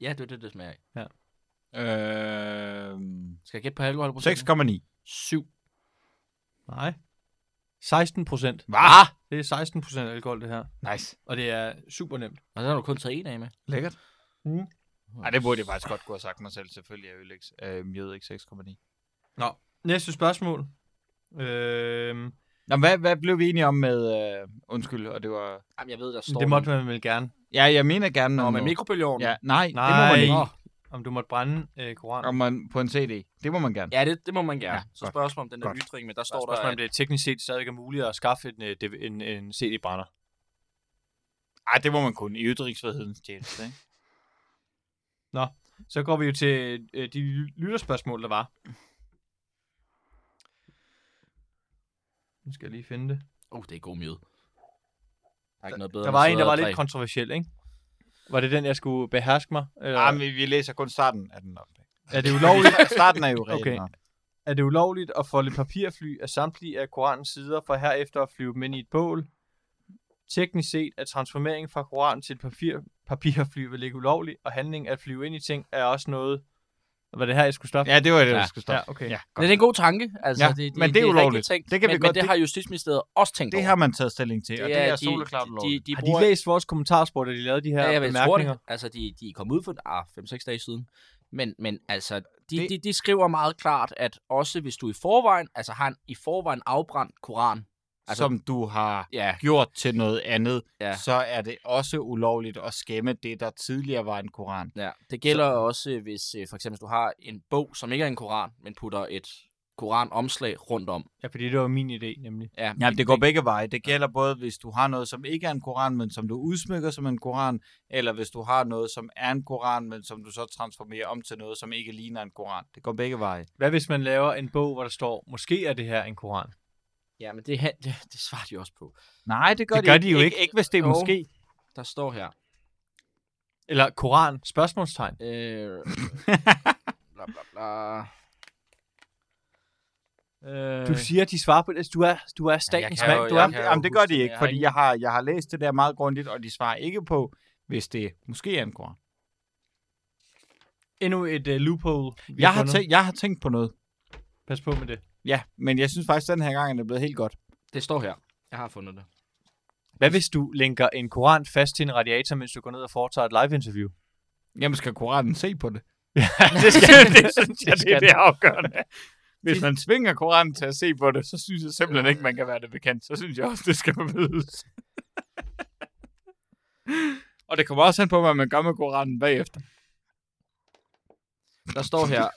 S2: Ja, det er det, det smager af.
S3: Øh...
S2: Skal jeg gætte på alkohol?
S3: 6,9.
S2: 7.
S4: Nej. 16 procent.
S3: Hvad?
S4: Det er 16 procent alkohol, det her.
S3: Nice.
S4: Og det er super nemt.
S2: Og så har du kun taget en af med.
S3: Lækkert.
S4: Mm.
S3: Ej, det burde jeg faktisk godt kunne have sagt mig selv. Selvfølgelig er øl ikke, øh, mjød ikke 6,9.
S4: Næste spørgsmål. Øh,
S3: Nå, hvad, hvad blev vi enige om med... Øh, undskyld, og det var...
S2: Jamen, jeg ved, der står...
S4: det måtte man vel gerne.
S3: Ja, jeg mener gerne...
S2: Nå,
S3: om
S2: med
S3: noget.
S2: mikrobølgeovnen.
S3: Ja, nej, nej, det må
S4: Nej.
S3: man ikke.
S2: Nå.
S4: Om du måtte brænde øh, Koran.
S3: Om man, på en CD. Det må man gerne.
S2: Ja, det, det må man gerne.
S3: Ja,
S2: Ja, så
S3: godt.
S2: spørgsmål om den der
S3: Godt.
S2: ytring, men der står der,
S4: Står spørgsmålet, om
S2: at
S4: det teknisk set stadig er muligt at skaffe en, øh, DV- en, en CD-brænder.
S3: Ej, det må man kun i ytringsfrihedens tjeneste, ikke?
S4: Så går vi jo til øh, de ly- lytterspørgsmål, der var. Nu skal jeg lige finde det.
S2: oh, det er god mjød. Der er ikke noget bedre
S4: Der
S2: end
S4: var
S2: at
S4: en, der
S2: sidde
S4: var
S2: og
S4: lidt
S2: drikke.
S4: kontroversiel, ikke? Var det den, jeg skulle beherske mig? Eller
S3: Ja, men vi, vi læser kun starten af den opdag.
S4: er det ulovligt?
S3: starten er jo regler.
S4: Okay. er det ulovligt at folde papirfly af samtlige af Koranens sider, for herefter at flyve dem ind i et bål. Teknisk set er transformering fra Koran til papir, papirfly vel ikke ulovlig, og handling at flyve ind i ting er også noget... Var det her, jeg skulle stoppe?
S3: Ja, det var det,
S2: Ja.
S3: vi skulle stoppe.
S4: Ja,
S3: Ja,
S4: okay.
S2: Men Det
S3: godt.
S2: er en god tanke, altså.
S3: Ja,
S2: det, det,
S3: men det er
S2: rigtigt
S3: ulovligt.
S2: tænkt.
S3: Det kan vi
S2: men,
S3: godt-
S2: Men det har Justitsministeriet også tænkt
S3: Det
S2: over.
S3: har man taget stilling til, og det er soleklart
S2: de,
S3: lov.
S2: de, de,
S4: Har
S2: bruger-
S4: de læst vores kommentarspor, da de lavede de her
S2: Ja,
S4: ja,
S2: jeg ved, tror
S4: bemærkninger?
S2: det. Altså, de, de kom ud for ah, 5-6 dage siden. Men, men altså, de,
S3: Det-
S2: de, de skriver meget klart, at også hvis du i forvejen, altså har en i forvejen afbrændt koran, altså-
S3: Som du har
S2: ja,
S3: gjort til noget andet,
S2: Ja.
S3: så er det også ulovligt at skæmme det, der tidligere var en koran.
S2: ja det gælder så. også, hvis øh, for eksempel hvis du har en bog, som ikke er en koran, men putter et koranomslag rundt om.
S4: Ja, fordi det var min idé, nemlig.
S2: Ja,
S3: Ja, det går begge veje. Det gælder både, hvis du har noget, som ikke er en koran, men som du udsmykker som en koran, eller hvis du har noget, som er en koran, men som du så transformerer om til noget, som ikke ligner en koran. Det går begge veje.
S4: Hvad hvis man laver en bog, hvor der står, måske er det her en Koran?
S2: ja men det, her- det, det svarer de også på.
S3: Nej, det gør,
S4: Det
S3: de,
S4: gør
S3: ikke.
S4: de jo ikke.
S3: Ikke hvis det er
S2: Jo.
S3: måske.
S2: Der står her,
S4: Eller Koran, spørgsmålstegn.
S2: Øh, bla, bla, bla. Øh,
S4: Du siger, at de svarer på det. Altså, Du er, du er statens
S3: jeg kan
S4: mand.
S3: jo-
S4: Du
S3: jeg
S4: er,
S3: kan jo
S4: jamen,
S3: Jamen, det
S4: det,
S3: gør
S2: huske
S3: de
S2: det,
S3: ikke,
S2: jeg har
S3: fordi
S2: ikke-
S3: jeg har, jeg har læst det der meget grundigt, og de svarer ikke på, hvis det måske er en koran.
S4: endnu et uh, loophole. vi
S3: Jeg har,
S4: fundet.
S3: tænkt, jeg har tænkt på noget.
S4: Pas på med det.
S3: Ja, men jeg synes faktisk, at den her gang er det blevet helt godt.
S2: det står her. Jeg har fundet det.
S4: Hvad hvis du linker en koran fast til en radiator, mens du går ned og foretager et live-interview?
S3: Jamen, skal koranen se på det?
S4: det skal det.
S3: synes jeg, det er det afgørende. Hvis man svinger koranen til at se på det, så synes jeg simpelthen ikke, man kan være det bekendt. Så synes jeg også, det skal forbydes. og det kommer også an på, hvad man gør med koranen bagefter.
S2: Der står her.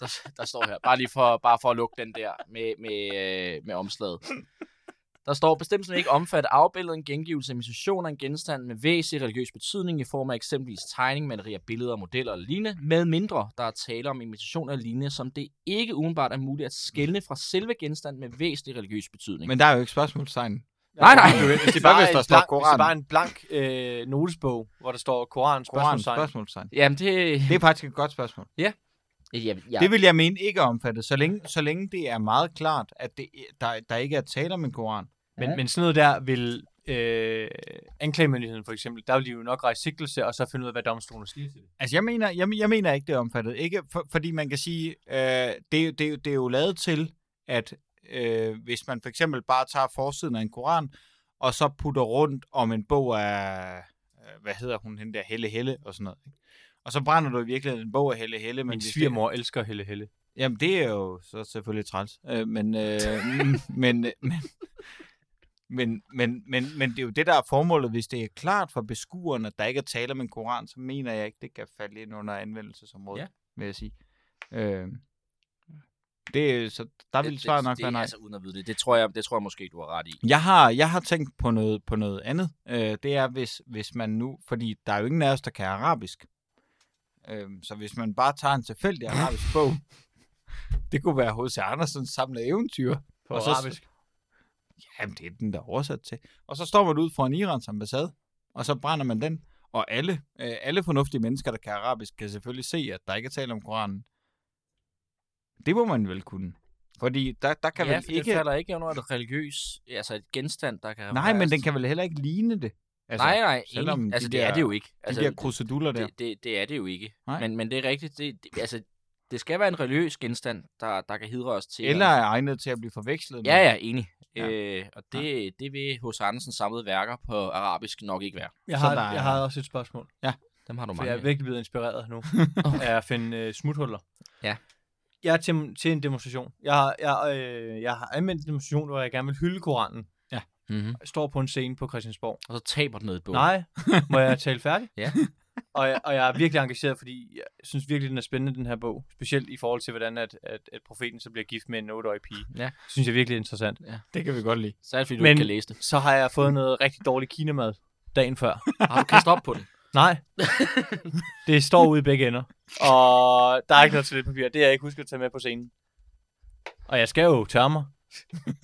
S2: der, der står her. Bare lige for, bare for at lukke den der med, med, øh, med omslaget. Der står, bestemmelsen vil ikke omfatter afbilledet, en gengivelse af missioner, en genstand med væsentlig religiøs betydning i form af eksempelvis tegning, malerier, billeder, modeller og lignende, med mindre der er tale om imitationer og lignende, som det ikke umiddelbart er muligt at skelne fra selve genstanden med væsentlig religiøs betydning.
S3: Men der er jo ikke spørgsmålstegn.
S2: nej, nej.
S4: Hvis det
S3: Hvad
S4: bare
S3: hvis
S4: er
S3: der
S4: en
S3: står
S4: blank, hvis
S3: Koran?
S4: det bare er en blank øh, notesbog, hvor der står
S3: Koran,
S4: koran, spørgsmålstegn.
S3: spørgsmålstegn.
S2: Jamen, det...
S3: Det er faktisk et godt spørgsmål.
S2: Jamen,
S3: Ja.
S2: jeg,
S3: Det vil jeg mene ikke er omfattet, så længe, så længe det er meget klart, at det, der, der ikke er tale om en koran.
S4: Men, men sådan noget der vil øh, anklagemyndigheden for eksempel, der vil de jo nok rejse sigtelse, og så finde ud af, hvad domstolen siger til det.
S3: Altså, jeg mener, jeg, jeg mener ikke, det er omfattet. Ikke for, fordi man kan sige, øh, det, er jo- det, er jo- det er jo lavet til, at øh, hvis man for eksempel bare tager forsiden af en koran, og så putter rundt om en bog af, øh, hvad hedder hun, hende der, Helle Helle og sådan noget. ikke? Og så brænder du i virkeligheden en bog af Helle Helle. Men
S4: Min
S3: hvis det-
S4: svigermor elsker Helle Helle.
S3: Jamen, det er jo så selvfølgelig træls. Øh, men, øh, mm, men, øh, men, men, men, men, men det er jo det, der er formålet. Hvis det er klart for beskueren, at der ikke er tale om en koran, så mener jeg ikke, det kan falde ind under anvendelsesområdet,
S2: Ja.
S3: ja. vil jeg sige. Øh, det, er- så der vil svaret nok
S2: det,
S3: være nej.
S2: Altså, uden at vide det. Det tror jeg, det tror jeg måske, du har ret i.
S3: Jeg har, jeg har tænkt på noget, på noget andet. Øh, det er, hvis, hvis man nu... Fordi der er jo ingen af os, der kan arabisk. Øh, så hvis man bare tager en tilfældig arabisk bog, det kunne være H.C. Andersens samlede eventyr.
S4: På
S3: Og så-
S4: arabisk.
S3: Jamen, det er den, der er oversat til. Og så står man ud foran Irans ambassade, og så brænder man den. Og alle, øh, alle fornuftige mennesker, der kan arabisk, kan selvfølgelig se, at der ikke er tale om Koranen. Det må man vel kunne. Fordi der, der kan
S2: ja,
S3: vel
S2: for
S3: ikke...
S2: det falder ikke under et religiøs, altså et genstand, der kan...
S3: Nej, men den kan vel heller ikke ligne det.
S2: Altså, nej, nej,
S3: selvom
S2: selvom
S3: de
S2: altså, det
S3: der-
S2: er det jo ikke. Altså,
S3: Altså, de der kruseduller der.
S2: det, det, det, er det jo ikke.
S3: Nej.
S2: Men, men det er rigtigt. Det, det, altså, det skal være en religiøs genstand, der, der kan hidre os til.
S3: Eller er egnet til at blive forvekslet med.
S2: Ja, ja, enig.
S3: Ja.
S2: Ja. Øh, og det, det vil hos Andersens samlede værker på arabisk nok ikke være.
S4: Jeg
S3: Så
S4: har,
S3: der er-
S4: jeg har også et spørgsmål,
S2: Dem har du
S4: for
S2: mange
S4: jeg er
S2: af.
S4: virkelig blevet inspireret nu af at finde øh, smuthuller.
S2: Ja.
S4: Jeg er til, til en demonstration. Jeg har, jeg, øh, jeg har anmeldt en demonstration, hvor jeg gerne vil hylde Koranen.
S2: Mm-hmm.
S4: Jeg står på en scene på Christiansborg.
S2: Og så taber den ned i et bog.
S4: Nej, må jeg tale færdig?
S2: Ja.
S4: og, jeg, og jeg er virkelig engageret, fordi jeg synes virkelig, den er spændende, den her bog. Specielt i forhold til, hvordan at, at, at profeten så bliver gift med en 8-årig pige.
S2: Ja.
S4: Det synes jeg virkelig er interessant.
S3: Det kan vi godt lide.
S2: Særligt fordi du
S4: Men-
S2: men... ikke kan læse det.
S4: Så har jeg fået noget rigtig dårlig kinamad dagen før.
S2: Har du kastet op på den?
S4: Nej. det står ude i begge ender. Og der er ikke noget toiletpapir. Det har jeg ikke husket at tage med på scenen. Og jeg skal jo tørre mig.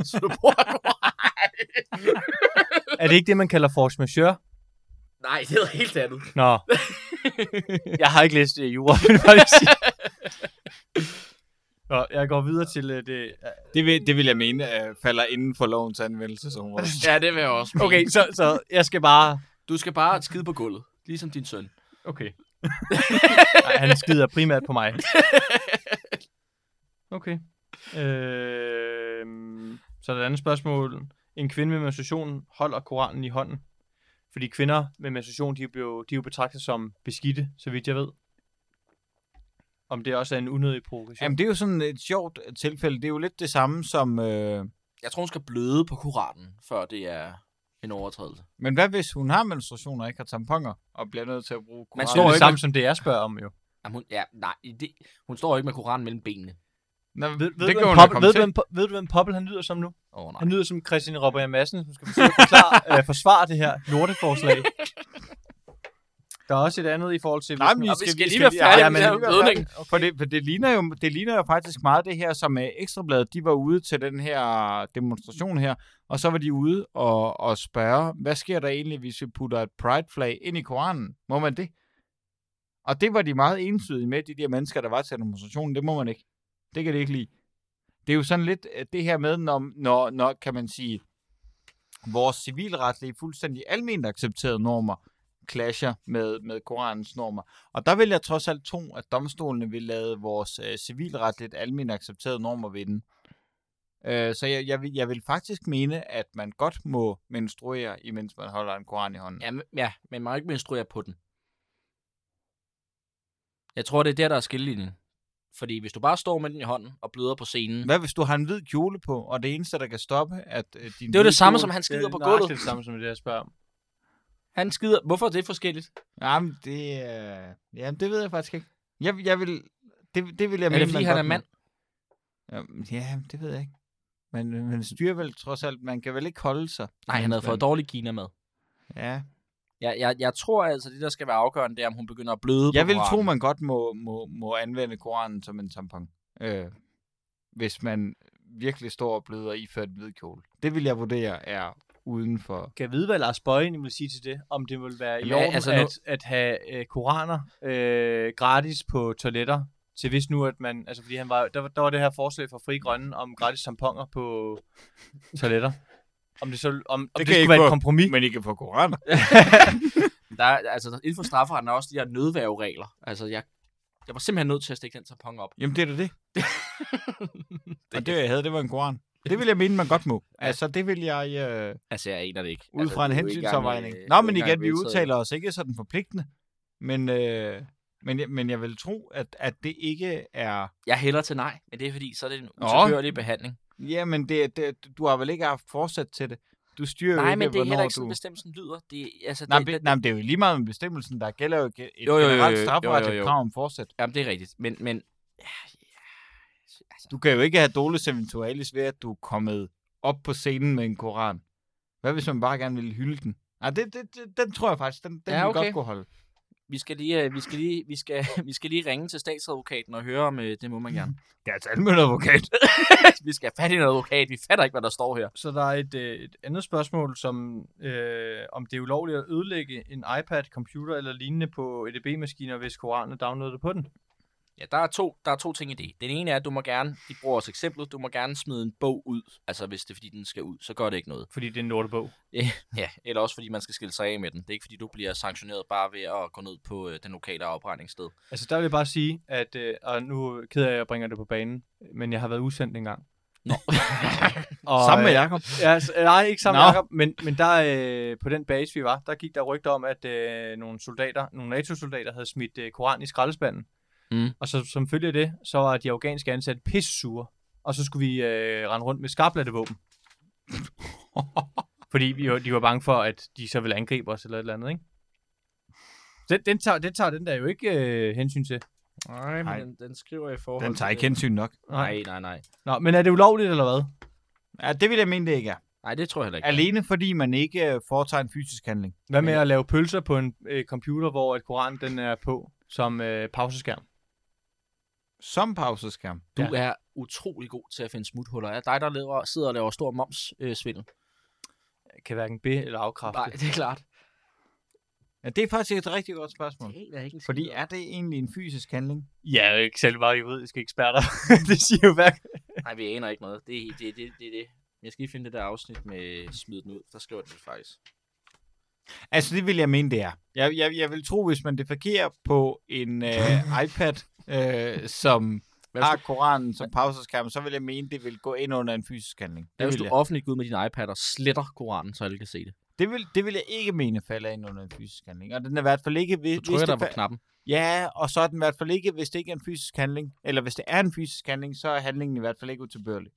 S2: Så du bruger
S4: Er det ikke det, man kalder force majeure?
S2: Nej, det er helt andet.
S4: Nå. Jeg har ikke læst det i jura, vil jeg bare lige sige. Nå, jeg går videre til øh, det...
S3: Det vil, det vil jeg mene øh, falder inden for lovens anvendelsesområde.
S2: ja, det vil jeg også. mene.
S4: Okay, så, så jeg skal bare...
S2: Du skal bare skide på gulvet, ligesom din søn.
S4: Okay. Nej, han skider primært på mig. Okay. Øh, så er der et andet spørgsmål. En kvinde med menstruation holder Koranen i hånden. Fordi kvinder med menstruation, de er jo, de er jo betragtet som beskidte, så vidt jeg ved. Om det også er en unødig provokation.
S3: Jamen, det er jo sådan et sjovt øh, tilfælde. Det er jo lidt det samme som... Øh,
S2: Jeg tror, hun skal bløde på koranen, før det er en overtrædelse.
S3: men hvad hvis hun har menstruation og ikke har tamponer, og bliver nødt til at bruge koran?
S2: Man
S4: det er
S2: står
S4: jo
S2: ikke
S4: det samme, som det jeg spørger om, jo.
S2: Jamen, hun, ja, nej, det, hun står jo ikke med koranen mellem benene.
S3: Nå,
S4: Ved, ved,
S3: det
S4: du,
S3: kan
S4: hvem
S3: hun jo
S4: Poppel,
S3: komme
S4: ved, du,
S3: til.
S4: hvem, Po- ved du, hvem Poppel han lyder som nu?
S2: Åh, oh, nej.
S4: Han lyder som Christian Robber Madsen, som skal forsøge at forklare, øh, forsvare det her lorteforslag. Der er også et andet i forhold til...
S3: Nej, men vi skal, vi skal lige være færdige med den her blødning. For, det, for det, ligner jo, det ligner jo faktisk meget det her, som øh, Ekstrabladet, de var ude til den her demonstration her, og så var de ude og, og spørge, hvad sker der egentlig, hvis vi putter et pride-flag ind i Koranen? Må man det? Og det var de meget entydige med, de der mennesker, der var til demonstrationen. Det må man ikke. Det kan de ikke lide. Det er jo sådan lidt øh, det her med, når, når, når kan man sige, vores civilretlige, fuldstændig almindeligt accepterede normer, clasher med, med Koranens normer. Og der vil jeg trods alt tro, at domstolene vil lade vores øh, civilretligt almindeligt accepterede normer vinde. Øh, så jeg, jeg, vil, jeg vil faktisk mene, at man godt må menstruere, imens man holder en koran i hånden.
S2: Ja, men- ja, men man må ikke menstruere på den. Jeg tror, det er der, der er skillelinjen. Fordi hvis du bare står med den i hånden og bløder på scenen...
S3: Hvad hvis du har en hvid kjole på, og det eneste, der kan stoppe, at øh, din
S2: Det er jo
S3: hvide
S2: det samme,
S3: kjole-
S2: som han
S4: Det
S2: skider
S4: er
S2: på
S4: nøjagtigt
S2: gulvet.
S4: det samme som det, jeg spørger om.
S2: Han skider... Hvorfor er det forskelligt?
S3: Jamen, det, øh... Jamen, det ved jeg faktisk ikke. Jeg, jeg vil... Det, det vil jeg
S2: Er
S3: mene,
S2: det, fordi han
S3: man godt
S2: er
S3: må.
S2: mand?
S3: Jamen, ja, det ved jeg ikke. Men øh, man styrer vel trods alt, man kan vel ikke holde sig.
S2: Nej, han havde fået dårlig kina med.
S3: Ja.
S2: Jeg, jeg, jeg tror altså, det der skal være afgørende, det er, om hun begynder at bløde
S3: Jeg
S2: på
S3: vil tro,
S2: koranen.
S3: man godt må, må, må anvende Koranen som en tampon. Øh, hvis man virkelig står og bløder i før en hvid kjole. Det vil jeg vurdere er uden for...
S4: Kan jeg vide, hvad Lars Bøjen vil sige til det? Om det vil være i
S2: Jamen,
S4: orden
S2: altså
S4: altså
S2: nu-
S4: at, at have øh, koraner øh, gratis på toiletter? Til hvis nu, at man... Altså, fordi han var, der, var- der var det her forslag fra Fri Grønne om gratis tamponer på toiletter. Om det, så, om, om det,
S3: kan
S4: det
S3: I
S4: skulle være
S3: få.
S4: et kompromis.
S3: Men ikke for Koraner.
S2: Der er, altså, inden for strafferetten er også de her nødværgeregler. Altså, jeg, jeg var simpelthen nødt til at stikke den tampon op.
S3: Jamen, det er da det. det. Og det, jeg havde, det var en Koran. Det vil jeg mene, man godt må. Altså, det vil jeg... Øh...
S2: Altså, jeg aner det ikke.
S3: Ud fra en
S2: det er jo ikke engang,
S3: hensynsafvejning.
S2: øh,
S3: Nå,
S2: det er
S3: men
S2: ikke
S3: igen,
S2: engang
S3: vi
S2: vedtaget.
S3: udtaler os ikke sådan forpligtende. Men, øh, men, jeg, men jeg vil tro, at, at det ikke er...
S2: Jeg hælder til nej, men det er fordi, så er det en
S3: Nå.
S2: utilbørlig behandling.
S3: Ja, men det, det, du har vel ikke haft forsæt til det. Du styrer jo
S2: Nej,
S3: ikke,
S2: men det er heller
S3: hvornår
S2: ikke sådan,
S3: du...
S2: bestemmelsen lyder. Det, er- altså,
S3: Nej,
S2: det,
S3: men,
S2: det,
S3: nej, men det er jo lige meget med bestemmelsen, der gælder jo ge- et
S2: Jo, jo, jo, jo,
S3: generelt
S2: jo, jo,
S3: strafferetligt
S2: jo.
S3: krav om forsæt.
S2: Jamen, det er rigtigt. Men, men ja, ja, altså,
S3: Du kan jo ikke have dolus eventualis ved, at du er kommet op på scenen med en koran. Hvad hvis man bare gerne ville hylde den? Nej, det, det, det, den tror jeg faktisk, den, den
S2: Ja,
S3: vil
S2: okay.
S3: godt kunne holde.
S2: vi skal lige, øh, vi skal lige, vi skal, vi skal lige ringe til statsadvokaten og høre om øh, det må man gerne.
S3: Det er altså en advokat.
S2: vi skal have fat i en advokat. Vi fatter ikke, hvad der står her.
S4: Så der er et, øh, et andet spørgsmål, som øh, om det er ulovligt at ødelægge en iPad, computer eller lignende på EDB-maskiner, hvis koranen er downloadet på den.
S2: Ja, der er to, der er to ting i det. Den ene er, at du må gerne, de bruger også eksemplet, du må gerne smide en bog ud. Altså, hvis det er, fordi den skal ud, så gør det ikke noget.
S4: Fordi det er en lortebog.
S2: Ja, eller også fordi man skal skille sig af med den. Det er ikke, fordi du bliver sanktioneret bare ved at gå ned på øh, den lokale afbrændingssted.
S4: Altså, der vil jeg bare sige, at... Øh, og nu er jeg ked af, at jeg bringer det på banen, men jeg har været udsendt engang. Og,
S3: Sammen med
S4: øh,
S3: Jacob.
S4: Ja, altså, nej, ikke sammen med
S3: Nå.
S4: Jacob, men, men der, øh, på den base, vi var, der gik der rygter om, at øh, nogle soldater, nogle NATO-soldater, havde smidt øh, koran i skraldespanden.
S2: Mm.
S4: Og så, som følge af det, så var de afghanske ansatte pissure. Og så skulle vi øh, rende rundt med skarplattevåben. Fordi vi, var- de var bange for, at de så ville angribe os eller et eller andet, ikke? Den, den, tager, den tager den der jo ikke øh, hensyn til.
S2: Nej,
S3: Nej.
S2: den, den skriver i forhold
S3: Den tager ikke hensyn nok.
S2: Nej, nej, nej.
S4: Nå, men er det ulovligt eller hvad?
S3: Ja, det vil jeg mene, det ikke er.
S2: Nej, det tror jeg heller ikke.
S3: Alene fordi man ikke øh, foretager en fysisk handling.
S4: Hvad med at lave pølser på en øh, computer, hvor at koranen den er på som øh, pauseskærm?
S3: Som pauseskærm.
S2: Du ja. er utrolig god til at finde smuthuller. Er det dig, der lever, sidder og laver stor momssvindel?
S4: kan hverken be- eller afkræfte.
S2: Nej, det er klart.
S3: Ja, det er faktisk et rigtig godt spørgsmål.
S2: Det er ikke
S3: Fordi er det egentlig en fysisk handling?
S4: Jeg er jo ikke selv meget juridiske eksperter. det siger jo hverken.
S2: Nej, vi aner ikke noget. Det er det, det, det, det. Jeg skal lige finde det der afsnit med smid den ud. Der skriver det faktisk.
S3: Altså, det vil jeg mene, det er. Jeg, jeg, jeg vil tro, hvis man defakerer på en øh, iPad, øh, som
S2: Hvad hvis
S3: har Koranen som pauseskærm, så vil jeg mene, det vil gå ind under en fysisk handling.
S2: Ja,
S3: Det
S2: hvis
S3: vil
S2: du
S3: jeg,
S2: offentligt går ud med din iPad og sletter Koranen, så alle kan se det.
S3: det vil, det vil jeg ikke mene falder ind under en fysisk handling. Og den er i hvert fald ikke... Hvis,
S2: Du trykker
S3: hvis
S2: der
S3: det
S2: på
S3: fa-
S2: knappen.
S3: Ja, og så er den i hvert fald ikke, hvis det ikke er en fysisk handling. Eller hvis det er en fysisk handling, så er handlingen i hvert fald ikke utilbørlig.